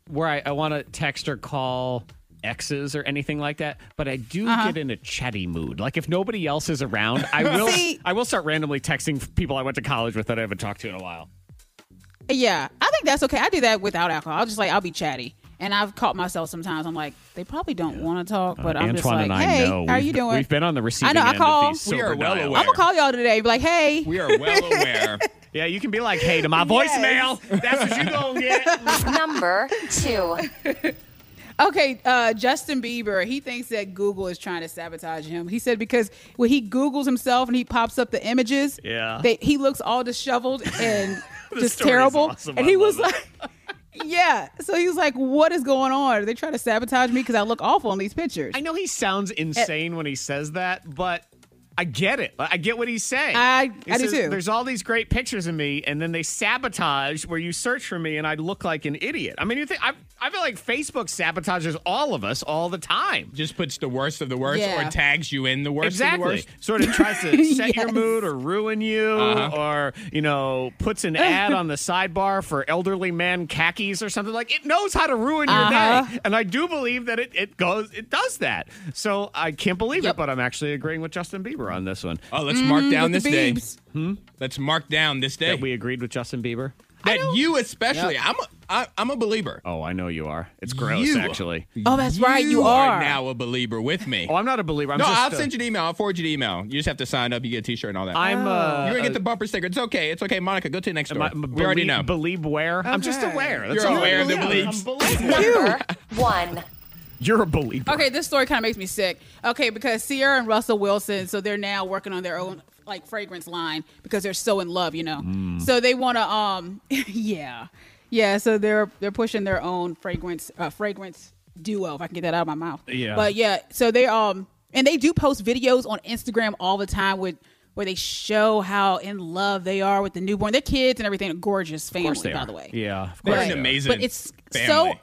where I, I want to text or call exes or anything like that, but I do Uh-huh. get in a chatty mood. Like if nobody else is around, I will See- I will start randomly texting people I went to college with that I haven't talked to in a while. Yeah, I think that's okay. I do that without alcohol. I'll just like I'll be chatty. And I've caught myself sometimes. I'm like, they probably don't want to talk, but I'm Uh, Antoine just like, and I hey, know how we've- you doing? We've been on the receiving I know. I end call- of these We sober are well dials. I'm gonna call y'all today. Be like, hey, we are well aware. yeah, you can be like, hey, to my voicemail. That's what you gonna get. Number two. Okay, uh, Justin Bieber, he thinks that Google is trying to sabotage him. He said because when he Googles himself and he pops up the images, Yeah. they, he looks all disheveled and The just story's terrible. awesome. And I he love was like, yeah. So he was like, what is going on? Are they trying to sabotage me because I look awful in these pictures? I know he sounds insane when he says that, but I get it. I get what he's saying. I- He I do says, too. There's all these great pictures of me, and then they sabotage where you search for me, and I look like an idiot. I mean, you think I, I feel like Facebook sabotages all of us all the time. Just puts the worst of the worst Yeah. or tags you in the worst of the Exactly. worst. Sort of tries to set your mood or ruin you, Uh-huh. or you know, puts an ad on the sidebar for elderly man khakis or something like. It knows how to ruin your Uh-huh. day, and I do believe that it, it goes it does that. So I can't believe it, but I'm actually agreeing with Justin Bieber on this one. Oh, let's mark Mm-hmm, Mm, down with the this day. Hmm? Let's mark down this day that we agreed with Justin Bieber. That you especially. Yep. I'm a, I, I'm a believer. Oh, I know you are. It's gross, You- actually. Oh, that's right, you are. now a believer with me. Oh, I'm not a believer. I'm no, just I'll a- send you an email. I'll forward you an email. You just have to sign up. You get a T-shirt and all that. I'm, Oh. uh, You're gonna get uh, the bumper sticker. It's okay. It's okay, Monica. Go to the next door. I- we believe- already know. Believe where? I'm just Okay. aware. That's You're all I aware of the believe. I'm beliefs. believing. Number one. You're a believer. Okay, this story kind of makes me sick. Okay, because Sierra and Russell Wilson, so they're now working on their own like fragrance line because they're so in love, you know. Mm. So they want to, um, yeah, yeah. So they're they're pushing their own fragrance uh, fragrance duo. If I can get that out of my mouth. Yeah. But yeah, so they um and they do post videos on Instagram all the time with where they show how in love they are with the newborn, their kids and everything. A gorgeous family, course they by are. the way. Yeah, of course. But- They're an they are. amazing But it's so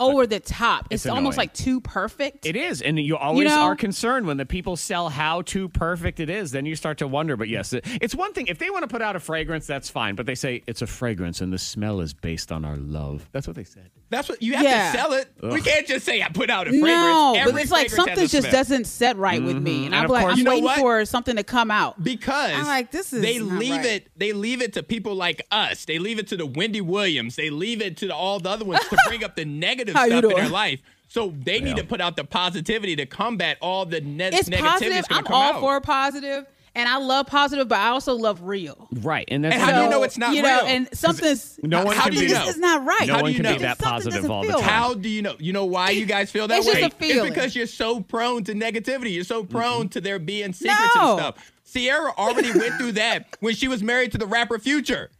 over the top. It's It's, almost annoying. like too perfect. It is, and you always know? are concerned when the people sell how too perfect it is. Then you start to wonder. But yes, it- it's one thing if they want to put out a fragrance, that's fine. But they say it's a fragrance, and the smell is based on our love. That's what they said. That's what you have Yeah. to sell it. We Ugh. can't just say I put out a fragrance. No, but Every it's like fragrance has something a just smell. doesn't set right with Mhm. me, and, And I'm of like, course- I'm You know waiting what? for something to come out because I'm like, this is they not leave right. it they leave it to people like us they leave it to the wendy williams they leave it to the, all the other ones to bring up the negative How stuff you in their doing? life so they need to put out the positivity to combat all the ne- It's negativity positive. that's gonna I'm come all out. for positive, and I love positive, but I also love real. Right, and that's And how do you know it's not you know, real? and something's No one how can do be you that- It's not right. no How do one you can know? be that Something positive doesn't all the feel time. right. How do you know? You know why you guys feel that It's way? just a feeling. It's because you're so prone to negativity. You're so prone to there being secrets No. and stuff. Sierra already went through that when she was married to the rapper Future.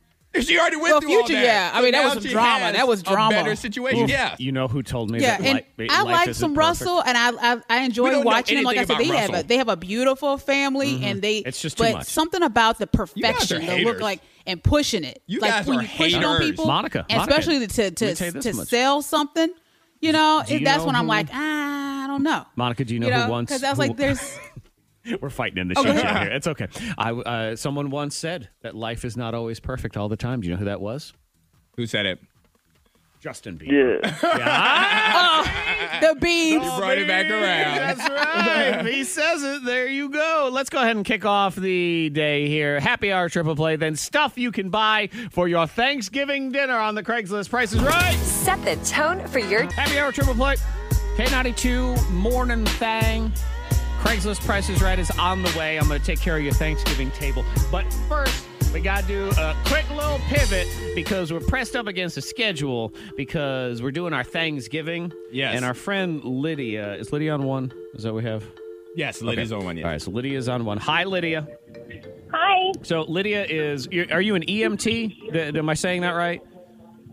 She already went Well, through all Future, that. yeah. I mean, that now was some she drama. has That was drama. A better situation. Oof. Yeah. You know who told me Yeah, that and li- that I life like isn't some perfect? Russell, and I I, I We enjoy don't know watching him. Like I anything said, they about have Russell. a, they have a beautiful family, and they Mm-hmm. It's just too but much. something about the perfection, the look haters. like and pushing it. You like guys when are you push it on haters. people, Monica, and Monica, especially to let me to tell you this to much. sell something. You know, Do you that's know when I'm who- like, ah, I don't know. Monica, do you know, who once? Because I was who- like, there's We're fighting in the Oh, go shit ahead. here. It's okay. I, uh, someone once said that life is not always perfect all the time. Do you know who that was? Who said it? Justin Bieber. oh, the beans. You brought it back around. That's right. If he says it, there you go. Let's go ahead and kick off the day here. Happy hour triple play, then stuff you can buy for your Thanksgiving dinner on the Craigslist prices, right? Set the tone for your happy hour triple play. K92 morning thing. Craigslist prices right is on the way. I'm going to take care of your Thanksgiving table. But first, we got to do a quick little pivot because we're pressed up against the schedule because we're doing our Thanksgiving. Yes. And our friend Lydia, is Lydia on one? Is that what we have? Yes, Lydia's Okay. on one. Yeah. All right, so Lydia's on one. Hi, Lydia. Hi. So Lydia is, you- are you an E EMT? Th- am I saying that right?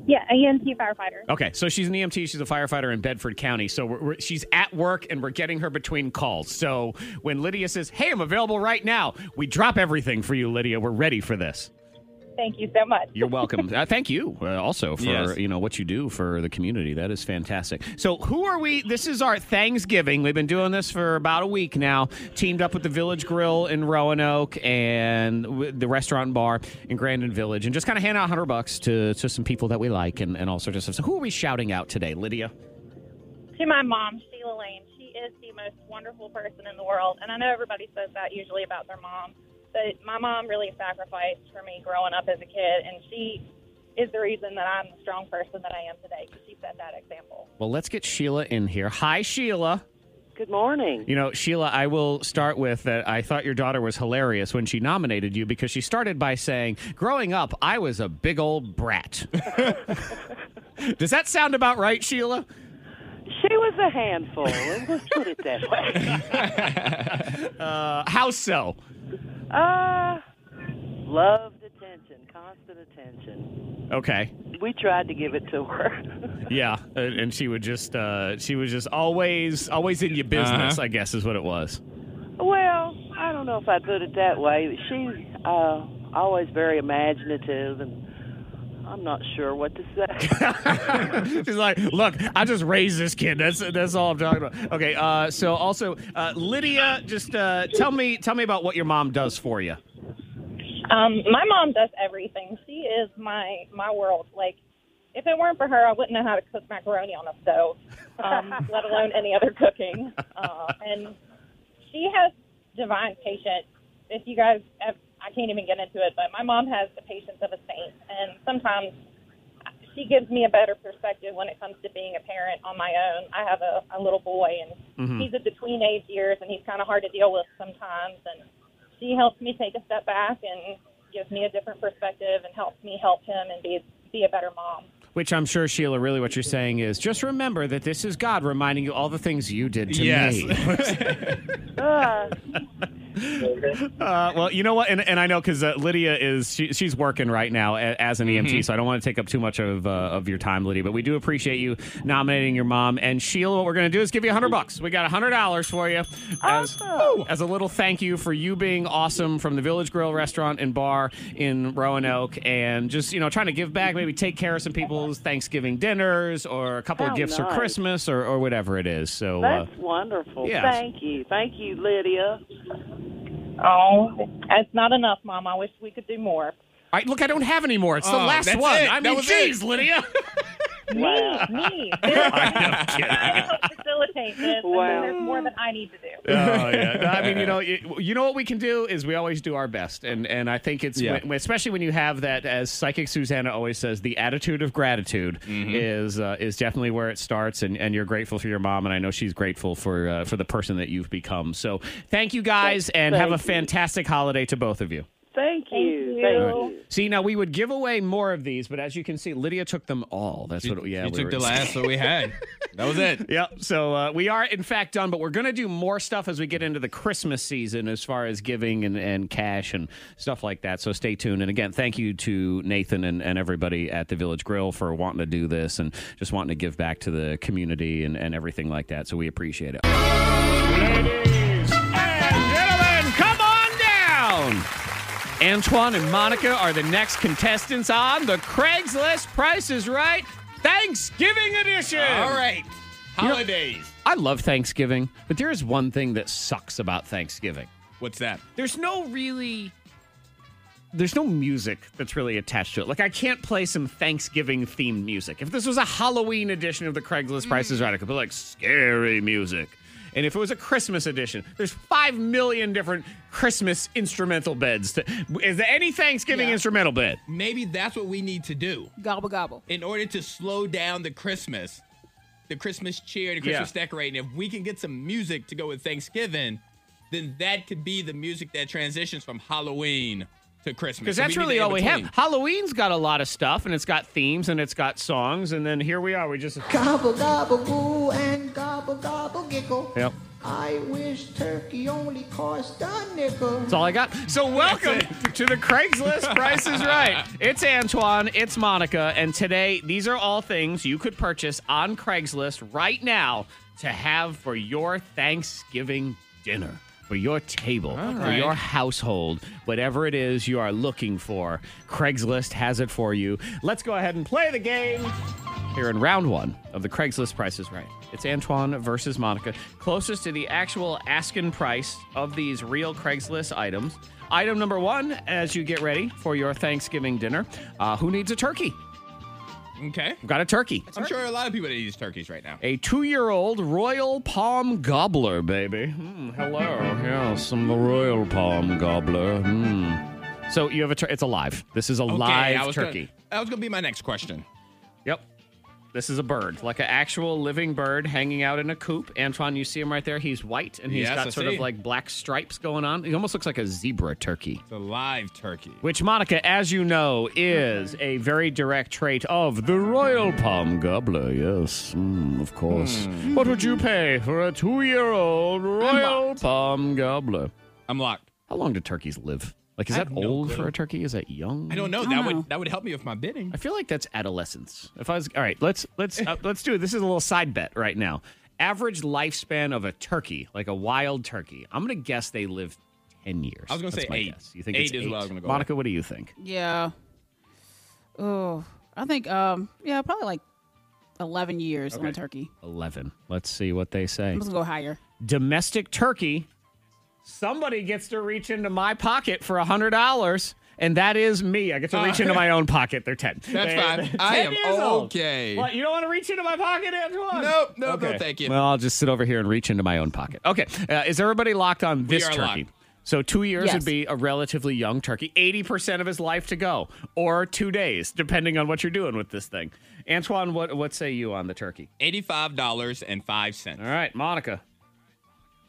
Yeah, a EMT firefighter. Okay, so she's an EMT. She's a firefighter in Bedford County. So we're, we're, she's at work, and we're getting her between calls. So when Lydia says, "Hey, I'm available right now," we drop everything for you, Lydia. We're ready for this. Thank you so much. You're welcome. uh, thank you uh, also for Yes. you know what you do for the community. That is fantastic. So who are we? This is our Thanksgiving. We've been doing this for about a week now. Teamed up with the Village Grill in Roanoke and w- the restaurant and bar in Grandin Village, and just kind of hand out hundred bucks to to some people that we like and, and all sorts of stuff. So who are we shouting out today, Lydia? To my mom, Sheila Lane, she is the most wonderful person in the world. And I know everybody says that usually about their mom, but my mom really sacrificed for me growing up as a kid, and she is the reason that I'm the strong person that I am today because she set that example. Well, let's get Sheila in here. Hi, Sheila. Good morning. You know, Sheila, I will start with that. I thought your daughter was hilarious when she nominated you because she started by saying, Growing up, I was a big old brat. Does that sound about right, Sheila? She was a handful. Let's put it that way. Uh, how so? Uh, loved attention, constant attention. Okay. We tried to give it to her. Yeah. And and she would just, uh, she was just always, always in your business, Uh-huh. I guess is what it was. Well, I don't know if I put it that way. She's uh, always very imaginative, and I'm not sure what to say. She's like, look, I just raised this kid. That's that's all I'm talking about. Okay. Uh, so also, uh, Lydia, just uh, tell me, tell me about what your mom does for you. Um, my mom does everything. She is my my world. Like, if it weren't for her, I wouldn't know how to cook macaroni on a stove, um, let alone any other cooking. Uh, and she has divine patience. If you guys, have, I can't even get into it, but my mom has the patience of a saint, and sometimes she gives me a better perspective when it comes to being a parent on my own. I have a, a little boy, and Mm-hmm. Mhm. he's at the tween age years, and he's kind of hard to deal with sometimes. And she helps me take a step back and gives me a different perspective, and helps me help him and be be a better mom. Which I'm sure, Sheila, really what you're saying is just remember that this is God reminding you all the things you did to Yes. me. Uh, well, you know what? And, and I know because uh, Lydia is, she, she's working right now a- as an EMT, so I don't want to take up too much of, uh, of your time, Lydia, but we do appreciate you nominating your mom. And Sheila, what we're going to do is give you 100 bucks. We got $100 for you as, as a little thank you for you being awesome from the Village Grill restaurant and bar in Roanoke and just, you know, trying to give back, maybe take care of some people's Thanksgiving dinners or a couple of How gifts nice. for Christmas or, or whatever it is. So, uh, That's wonderful. yeah. Thank you. Thank you, Lydia. Oh, it's not enough, Mom. I wish we could do more. All right, look, I don't have any more. It's the Oh, last that's one. it. I That mean, was geez, it. Lydia. Me, me. I'm kidding. Still facilitate this. Wow. And there's more that I need to do. Oh yeah. No, I mean, you know, you, you know what we can do is we always do our best, and and I think it's Yeah. when- especially when you have that, as psychic Susanna always says, the attitude of gratitude Mm-hmm. is uh, is definitely where it starts, and, and you're grateful for your mom, and I know she's grateful for uh, for the person that you've become. So thank you guys, and have a Thank you. fantastic holiday to both of you. Thank you. All right. See, now we would give away more of these, but as you can see, Lydia took them all. That's what, yeah, we she took were- the last that we had. That was it. Yep. So uh, we are, in fact, done, but we're going to do more stuff as we get into the Christmas season as far as giving and, and cash and stuff like that. So stay tuned. And again, thank you to Nathan and, and everybody at the Village Grill for wanting to do this and just wanting to give back to the community and, and everything like that. So we appreciate it. Ladies and gentlemen, come on down. Antoine and Monica are the next contestants on the Craigslist Price is Right Thanksgiving Edition. All right. You know- Holidays. I love Thanksgiving, but there is one thing that sucks about Thanksgiving. What's that? There's no really there's no music that's really attached to it. Like I can't play some Thanksgiving themed music. If this was a Halloween edition of the Craigslist Prices Right, I could put like scary music. And if it was a Christmas edition, there's five million different Christmas instrumental beds. To, is there any Thanksgiving instrumental bed? Maybe that's what we need to do. Gobble gobble. In order to slow down the Christmas, the Christmas cheer, the Yeah. Christmas decorating, if we can get some music to go with Thanksgiving, then that could be the music that transitions from Halloween to Christmas. Because So that's we need really the all we have. in-between. Halloween's got a lot of stuff, and it's got themes, and it's got songs, and then here we are. We just Gobble gobble goo and gobble gobble giggle. Yep. I wish turkey only cost a nickel. That's all I got. So welcome to the Craigslist Price is Right. It's Antoine, it's Monica, and today these are all things you could purchase on Craigslist right now to have for your Thanksgiving dinner. For your table, for right. your household, whatever it is you are looking for, Craigslist has it for you. Let's go ahead and play the game here in round one of the Craigslist Price is Right. It's Antoine versus Monica. Closest to the actual asking price of these real Craigslist items. Item number one, as you get ready for your Thanksgiving dinner, uh, who needs a turkey? Okay. We've got a turkey. I'm sure a lot of people that eat turkeys right now. A two year old royal palm gobbler, baby. Hmm, hello. Yes, I'm the royal palm gobbler. Hmm. So you have a tur- it's alive. This is a Okay, I live was turkey. Gonna, that was going to be my next question. Yep. This is a bird, like an actual living bird hanging out in a coop. Antoine, you see him right there. He's white and he's Yes, got I sort see. of like black stripes going on. He almost looks like a zebra turkey. It's a live turkey. Which, Monica, as you know, is a very direct trait of the royal palm gobbler. Yes, mm, of course. Hmm. What would you pay for a two year old royal palm gobbler? I'm locked. How long do turkeys live? Like, is I that have no old clue. for a turkey? Is that young? I don't know. that would that would help me with my bidding. I feel like that's adolescence. If I was all right, let's let's uh, let's do it. This is a little side bet right now. Average lifespan of a turkey, like a wild turkey. I'm gonna guess they live ten years. I was gonna That's say my eight. guess. You think Eight it's is eight? what I was gonna go Monica, what do you think? Yeah. Oh, I think um yeah probably like eleven years on a turkey. Eleven. Let's see what they say. I'm just gonna go higher. Domestic turkey. Somebody gets to reach into my pocket for a hundred dollars. And that is me. I get to reach Ah. into my own pocket. They're ten. That's They- fine. they're I 10 am years old. okay. What? You don't want to reach into my pocket, Antoine? Nope, nope, Okay. no, Oh, thank you. Well, I'll just sit over here and reach into my own pocket. Okay. Uh, is everybody locked on this are turkey? locked. So two years Yes. would be a relatively young turkey, eighty percent of his life to go, or two days, depending on what you're doing with this thing. Antoine, what what say you on the turkey? Eighty-five dollars and five cents. All right, Monica.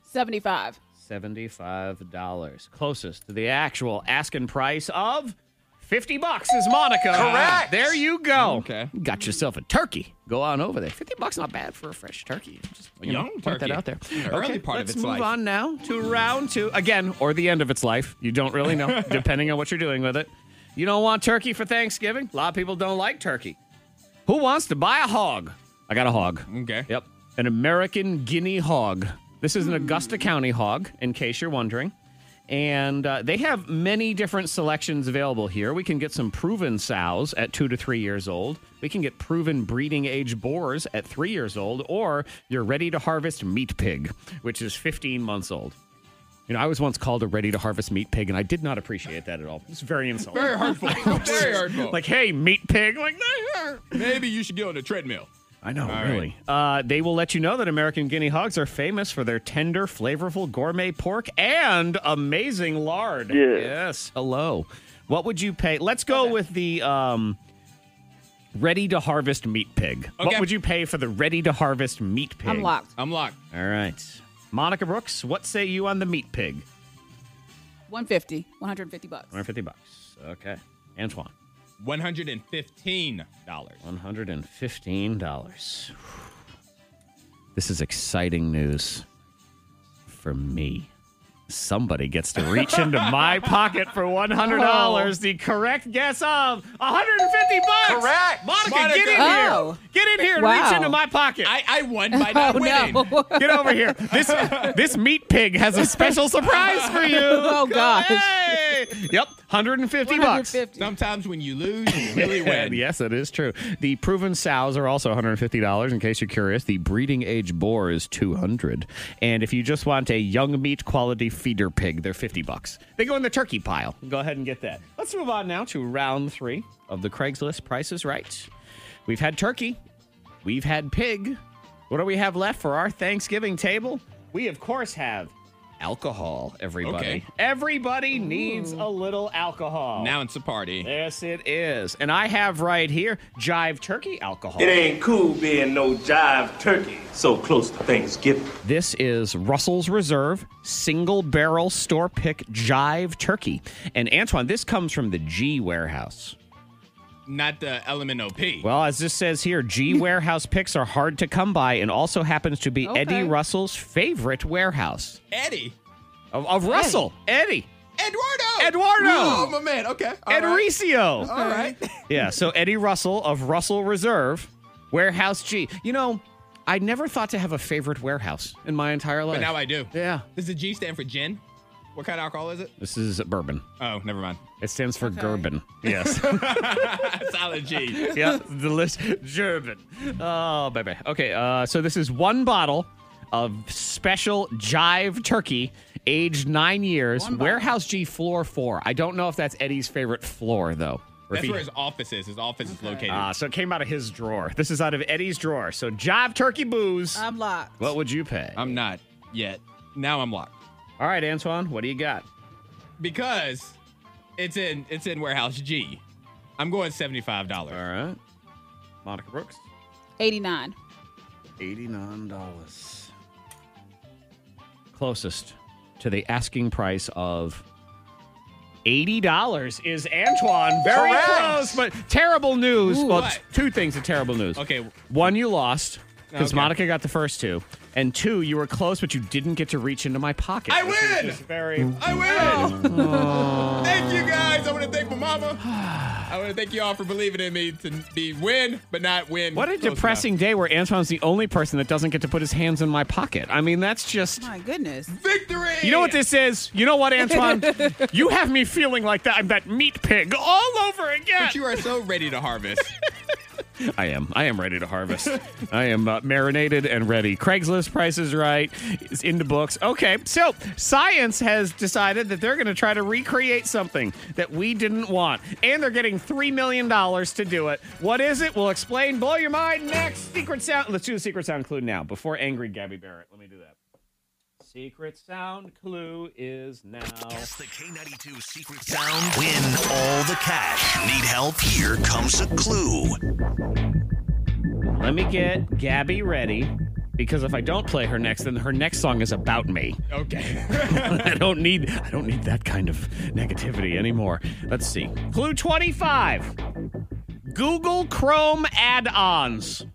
Seventy five. Seventy-five dollars, closest to the actual asking price of fifty bucks is Monica. Correct. There you go. Okay. Got yourself a turkey. Go on over there. Fifty bucks not bad for a fresh turkey. Just A you know, young point that turkey. out there. In the early part of let's its move life. on now to round two again, or the end of its life. You don't really know, depending on what you're doing with it. You don't want turkey for Thanksgiving. A lot of people don't like turkey. Who wants to buy a hog? I got a hog. Okay. Yep. An American guinea hog. This is an Augusta County hog, in case you're wondering. And uh, they have many different selections available here. We can get some proven sows at two to three years old. We can get proven breeding age boars at three years old, or you're ready to harvest meat pig, which is 15 months old. You know, I was once called a ready to harvest meat pig, and I did not appreciate that at all. It's very insulting. Very hurtful. Very hurtful. like, hey, meat pig. Like, Maybe you should get on a treadmill. I know, really. Uh, they will let you know that American guinea hogs are famous for their tender, flavorful gourmet pork and amazing lard. Yes. Hello. What would you pay? Let's go with the um, ready to harvest meat pig. What would you pay for the ready to harvest meat pig? I'm locked. I'm locked. All right. Monica Brooks, what say you on the meat pig? 150, 150 bucks. 150 bucks. Okay. Antoine. One hundred and fifteen dollars. One hundred and fifteen dollars. This is exciting news for me. Somebody gets to reach into my pocket for one hundred Oh. dollars. The correct guess of one hundred and fifty bucks. Correct. Monica, Monica. get in Oh. here. Get in here and reach Wow. into my pocket. I, I won by not Oh, winning. no. Get over here. This this meat pig has a special surprise for you. Oh, gosh. Hey. Yep, 150 bucks. Sometimes when you lose, you really win. yes, that is true. The proven sows are also $150 in case you're curious. The breeding age boar is 200. And if you just want a young meat quality feeder pig, they're 50 bucks. They go in the turkey pile. Go ahead and get that. Let's move on now to round 3 of the Craigslist prices right. We've had turkey. We've had pig. What do we have left for our Thanksgiving table? We of course have alcohol, everybody. Okay. Everybody needs a little alcohol. Now it's a party. Yes, it is. And I have right here Jive Turkey alcohol. It ain't cool being no jive turkey so close to Thanksgiving. This is Russell's Reserve single barrel store pick Jive Turkey. And Antoine, this comes from the G warehouse. Not the LMNOP. Well, as this says here, G warehouse picks are hard to come by and also happens to be Okay. Eddie Russell's favorite warehouse. Eddie. Of, of Russell, Eddie. Eduardo. Eduardo. Oh, my man. Okay. All right. Enricio. All right. yeah, so Eddie Russell of Russell Reserve, Warehouse G. You know, I never thought to have a favorite warehouse in my entire life. But now I do. Yeah. Does the G stand for gin? What kind of alcohol is it? This is bourbon. Oh, never mind. It stands for Gerben. Yes. Solid G. yeah, the list. Gerben. Oh, baby. Okay, uh, so this is one bottle of special Jive Turkey, aged nine years, Warehouse G Floor 4. I don't know if that's Eddie's favorite floor, though. or if That's he- where his office is. His office is located. Ah, so it came out of his drawer. This is out of Eddie's drawer. So Jive Turkey Booze. I'm locked. What would you pay? I'm not yet. Now I'm locked. All right, Antoine, what do you got? Because it's in it's in warehouse G. I'm going seventy five dollars. All right. Monica Brooks. 89. $89. Closest to the asking price of $80 is Antoine. Very Correct. close, but terrible news. Ooh, well, what? two things of terrible news. Okay. One, you lost because Okay. Monica got the first two. And two, you were close, but you didn't get to reach into my pocket. I which is win! Oh. just Very I win! thank you guys. I want to thank my mama. I want to thank you all for believing in me to be win, but not win. What a close depressing day where Antoine's the only person that doesn't get to put his hands in my pocket. I mean, that's just. My goodness. enough. Victory! You know what this is? You know what, Antoine? you have me feeling like that. I'm that meat pig all over again. But you are so ready to harvest. I am. I am ready to harvest. I am uh, marinated and ready. Craigslist prices right. It's in the books. Okay, so science has decided that they're going to try to recreate something that we didn't want, and they're getting three million dollars to do it. What is it? We'll explain. Blow your mind next. Secret sound. Let's do the secret sound clue now before angry Gabby Barrett. Let me do that. Secret sound clue is now. Guess the K92 secret sound. Win all the cash. Need help? Here comes a clue. Let me get Gabby ready because if I don't play her next, then her next song is about me. Okay. I don't need I don't need that kind of negativity anymore. Let's see. Clue 25. Google Chrome add-ons.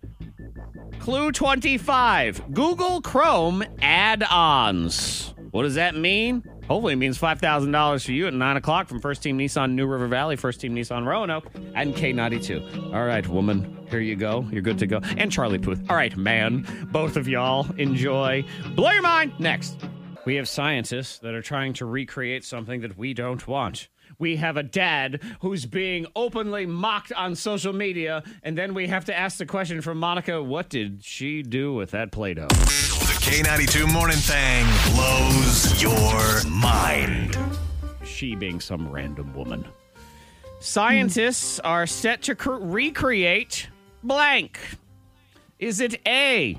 Clue 25. Google Chrome add-ons. What does that mean? Hopefully it means $5,000 for you at 9 o'clock from First Team Nissan New River Valley, First Team Nissan Roanoke, and K92. All right, woman, here you go. You're good to go. And Charlie Puth. All right, man, both of y'all enjoy. Blow your mind next. We have scientists that are trying to recreate something that we don't want. We have a dad who's being openly mocked on social media, and then we have to ask the question from Monica what did she do with that Play Doh? The K92 Morning Thang blows your mind. She being some random woman. Scientists are set to cr- recreate blank. Is it A,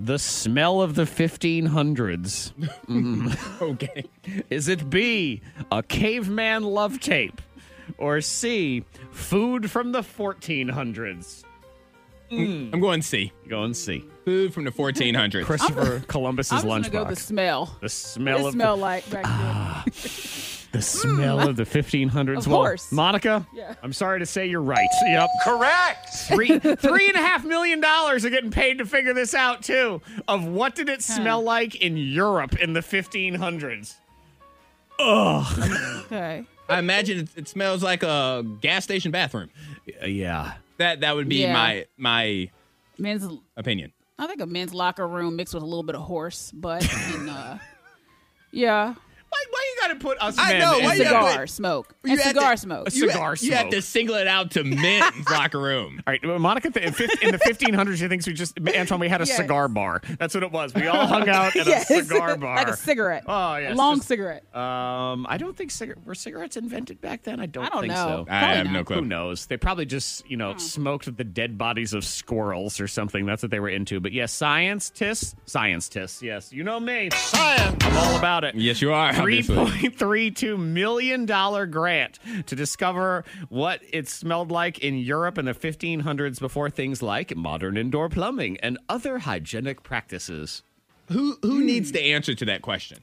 the smell of the 1500s? Mm. okay. Is it B, a caveman love tape? Or C, food from the 1400s? I'm going C. Going C. Food from the 1400s. Christopher Columbus's I'm just gonna go lunchbox. the smell. the smell it of smell the, Ah. like back then. the smell of the 1500s. Of Well, course. Monica, I'm sorry to say you're right. Yep. Correct. Three, three and a half million dollars are getting paid to figure this out, too, of what did it smell like in Europe in the 1500s. Ugh. Okay. I imagine it, it smells like a gas station bathroom. Yeah. That that would be Yeah. my my Men's, opinion. I think a men's locker room mixed with a little bit of horse, but and, uh, yeah, Why, why you got to put us I men know, in why the you gotta dark? cigar smoke You and had cigar to- smoke. you cigar You have to smoke. single it out to men's locker room. All right, well, Monica. th- In fif- in the 1500s, she thinks we just Antoine. We had a Yes. cigar bar. That's what it was. We all hung out at Yes. a cigar bar, like a cigarette. Oh yes, a long just- cigarette. Um, I don't think cigar were cigarettes invented back then. I don't. I don't think know. so. I Probably have no not. clue. Who knows? They probably just you know Hmm. smoked the dead bodies of squirrels or something. That's what they were into. But yes, science tiss, science tiss. Yes, you know me. Science. I'm all about it. Yes, you are. Three obviously. point three two million dollar grant to discover what it smelled like in Europe in the 1500s before things like modern indoor plumbing and other hygienic practices. Who who needs the answer to that question?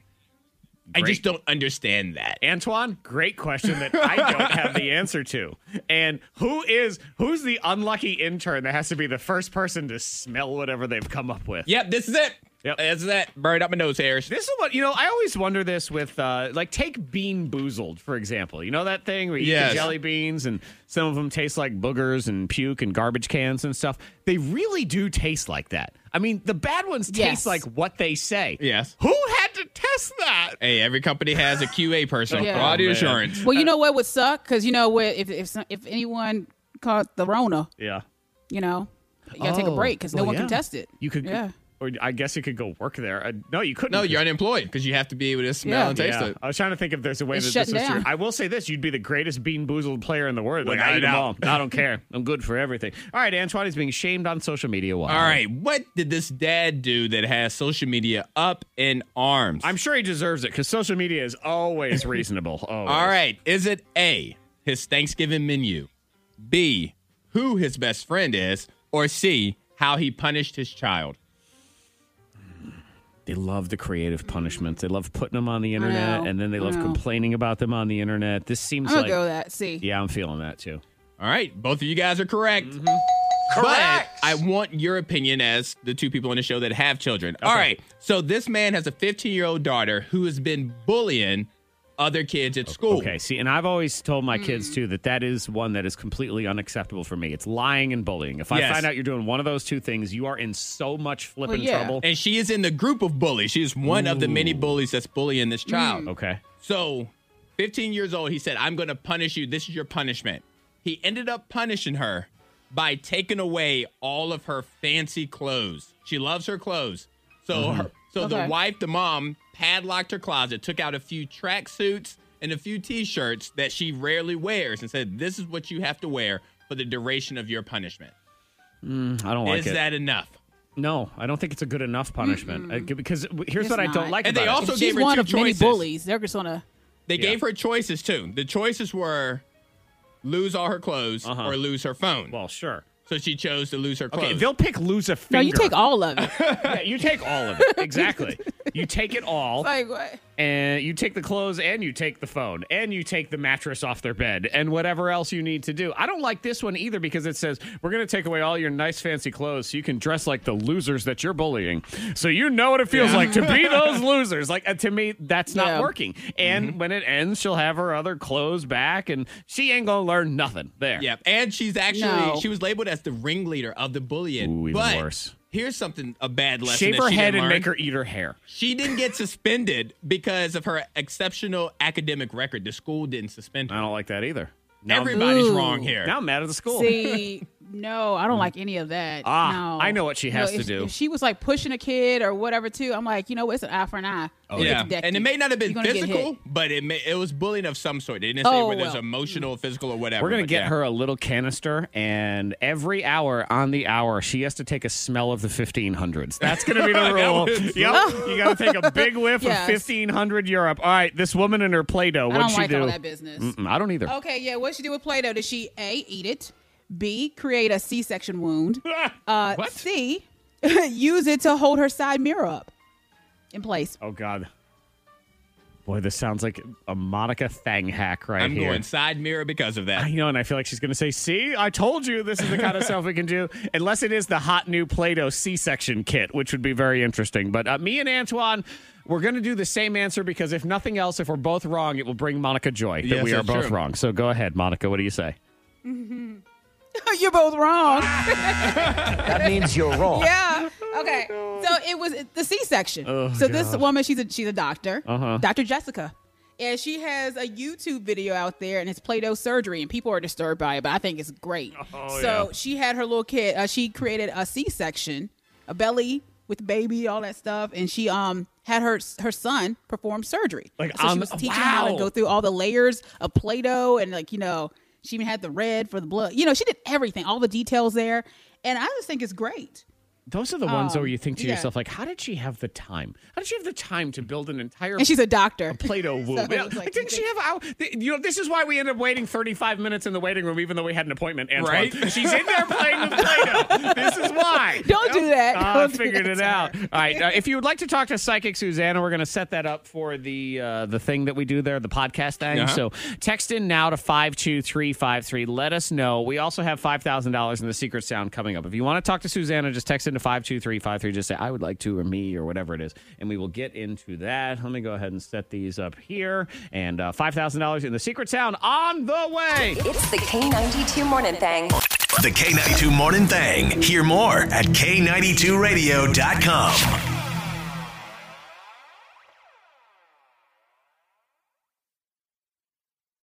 I Hmm. Great. just don't understand that. Antoine, great question that I don't have the answer to. And who is who's the unlucky intern that has to be the first person to smell whatever they've come up with? Yep, this is it. Yep. This is that. Buried up my nose hairs. This is what you know. I always wonder this with uh, like take Bean Boozled for example. You know that thing where you eat Yes. the jelly beans and some of them taste like boogers and puke and garbage cans and stuff. They really do taste like that. I mean, the bad ones Yes. taste like what they say. Yes. Who had to test that? Hey, every company has a QA person, Yeah. quality Oh, man. assurance. Well, you know what would suck because you know what if if some- if anyone caught the Rona, Yeah. you know, you gotta take a Oh, break because no well, one can yeah. test it. You could, Yeah. or I guess you could go work there. Uh, no, you couldn't. No, you're unemployed because you have to be able to smell Yeah. and taste Yeah. it. I was trying to think if there's a way It's that this shutting was true. down. I will say this: you'd be the greatest bean boozled player in the world. Like, Without I eat a 'em all. doubt. I don't care. I'm good for everything. All right, Antoine is being shamed on social media. Why? All right, what did this dad do that has social media up in arms? I'm sure he deserves it because social media is always reasonable. Oh, Always. All right, is it A, his Thanksgiving menu, B, who his best friend is, or C, how he punished his child? They love the creative punishments. They love putting them on the internet, know. and then they I love know. complaining about them on the internet. This I'm seems gonna like go with that. See, yeah, I'm feeling that too. All right, both of you guys are correct. Correct. But I want your opinion as the two people on the show that have children. All right, so this man has a 15 year old daughter who has been bullying other kids at school. Okay, see, and I've always told my kids Mm. too that that is one that is completely unacceptable for me. It's lying and bullying. If I Yes. find out you're doing one of those two things, you are in so much flipping yeah. trouble. And she is in the group of bullies. She is one of the many bullies that's bullying this child. Okay. So, 15 years old, he said, I'm going to punish you. This is your punishment. He ended up punishing her by taking away all of her fancy clothes. She loves her clothes. So, Mm-hmm. her, so Okay. the wife, the mom, padlocked her closet, took out a few tracksuits and a few t shirts that she rarely wears and said, This is what you have to wear for the duration of your punishment. Mm, I don't like is it. that enough? no, I don't think it's a good enough punishment. Uh, because w- here's what I don't not. like And about they also if gave she's her one two of many choices. bullies. They're just gonna. They Yeah. gave her choices too. The choices were lose all her clothes Uh-huh. or lose her phone. it. Well, sure. So she chose to lose her clothes. Okay, they'll pick lose a No, finger. you take all of it. Yeah, you take all of it. Exactly. you take it all. like what? and you take the clothes and you take the phone and you take the mattress off their bed and whatever else you need to do. I don't like this one either because it says we're going to take away all your nice fancy clothes so you can dress like the losers that you're bullying. So you know what it feels like to be those losers. Like uh, to me that's not Yeah. working. And Mm-hmm. when it ends she'll have her other clothes back and she ain't going to learn nothing there. Yep. And she's actually No. she was labeled as the ringleader of the bullying. Ooh, even but worse. Here's something a bad lesson. Shave that her she head didn't and learn. make her eat her hair. She didn't get suspended because of her exceptional academic record. The school didn't suspend her. I don't like that either. Now I'm- Everybody's Ooh. wrong here. now I'm mad at the school. See, no, I don't like any of that. Ah, no. I know what she has if- to do. If she was like pushing a kid or whatever too, I'm like, you know, it's an eye for an eye. Oh, You get yeah, to deck and it you. may not have been You're gonna get physical, hit. but it may, it was bullying of some sort. They didn't say Oh, whether it's well. emotional, physical, or whatever. We're going to but get yeah. her a little canister, and every hour on the hour, she has to take a smell of the 1500s. That's going to be the That rule. was- yep. You got to take a big whiff Yes. of 1500 Europe. All right, this woman and her Play Doh, I what'd don't she like do? Mm. all that Oh. business. Mm-mm, I don't either. Okay, yeah. What she do with Play-Doh? Did she a eat it? B create a C-section wound? Uh, C use it to hold her side mirror up in place. Oh, God. Boy, this sounds like a Monica Thang hack right I'm here. going side mirror because of that. I know, and I feel like she's going to say, "See, I told you this is the kind of stuff we can do." Unless it is the hot new Play-Doh C-section kit, which would be very interesting. But uh, me and Antoine, we're going to do the same answer because if nothing else, if we're both wrong, it will bring Monica joy that Yes, we are that's both true. wrong. So go ahead, Monica. What do you say? You're both wrong. That means you're wrong. yeah. Okay. So it was the C-section. Oh, so this God. woman, she's a she's a doctor, Uh-huh. Dr. Jessica, and she has a YouTube video out there, and it's Play-Doh surgery, and people are disturbed by it, but I think it's great. Oh, so yeah. she had her little kid. Uh, she created a C-section, a belly with baby, all that stuff, and she um had her her son perform surgery. Like, so on- she was teaching him how to wow. go through all the layers of Play-Doh, and like you know, she even had the red for the blood. You know, she did everything, all the details there, and I just think it's great. Those are the ones Um, where you think to yeah. yourself, like, how did she have the time? How did she have the time to build an entire? And she's a doctor. Play-Doh womb. So Yeah, it's like, like, didn't she have? Out, you know, this is why we ended up waiting 35 minutes in the waiting room, even though we had an appointment. Antoine. Right? She's in there playing with Play-Doh. This is why. Don't do that. Ah, I Don't do figured that it to out. All right. Uh, if you would like to talk to Psychic Susanna, we're going to set that up for the uh, the thing that we do there, the podcast thing. Uh-huh. So text in now to 52353. Let us know. We also have $5,000 in the secret sound coming up. If you want to talk to Susanna, just text into 52353. Just say, I would like to, or me, or whatever it is. And we will get into that. Let me go ahead and set these up here. And uh, $5,000 in the secret sound on the way. It's the K92 Morning Thing. The K92 Morning Thang. Hear more at K92Radio.com.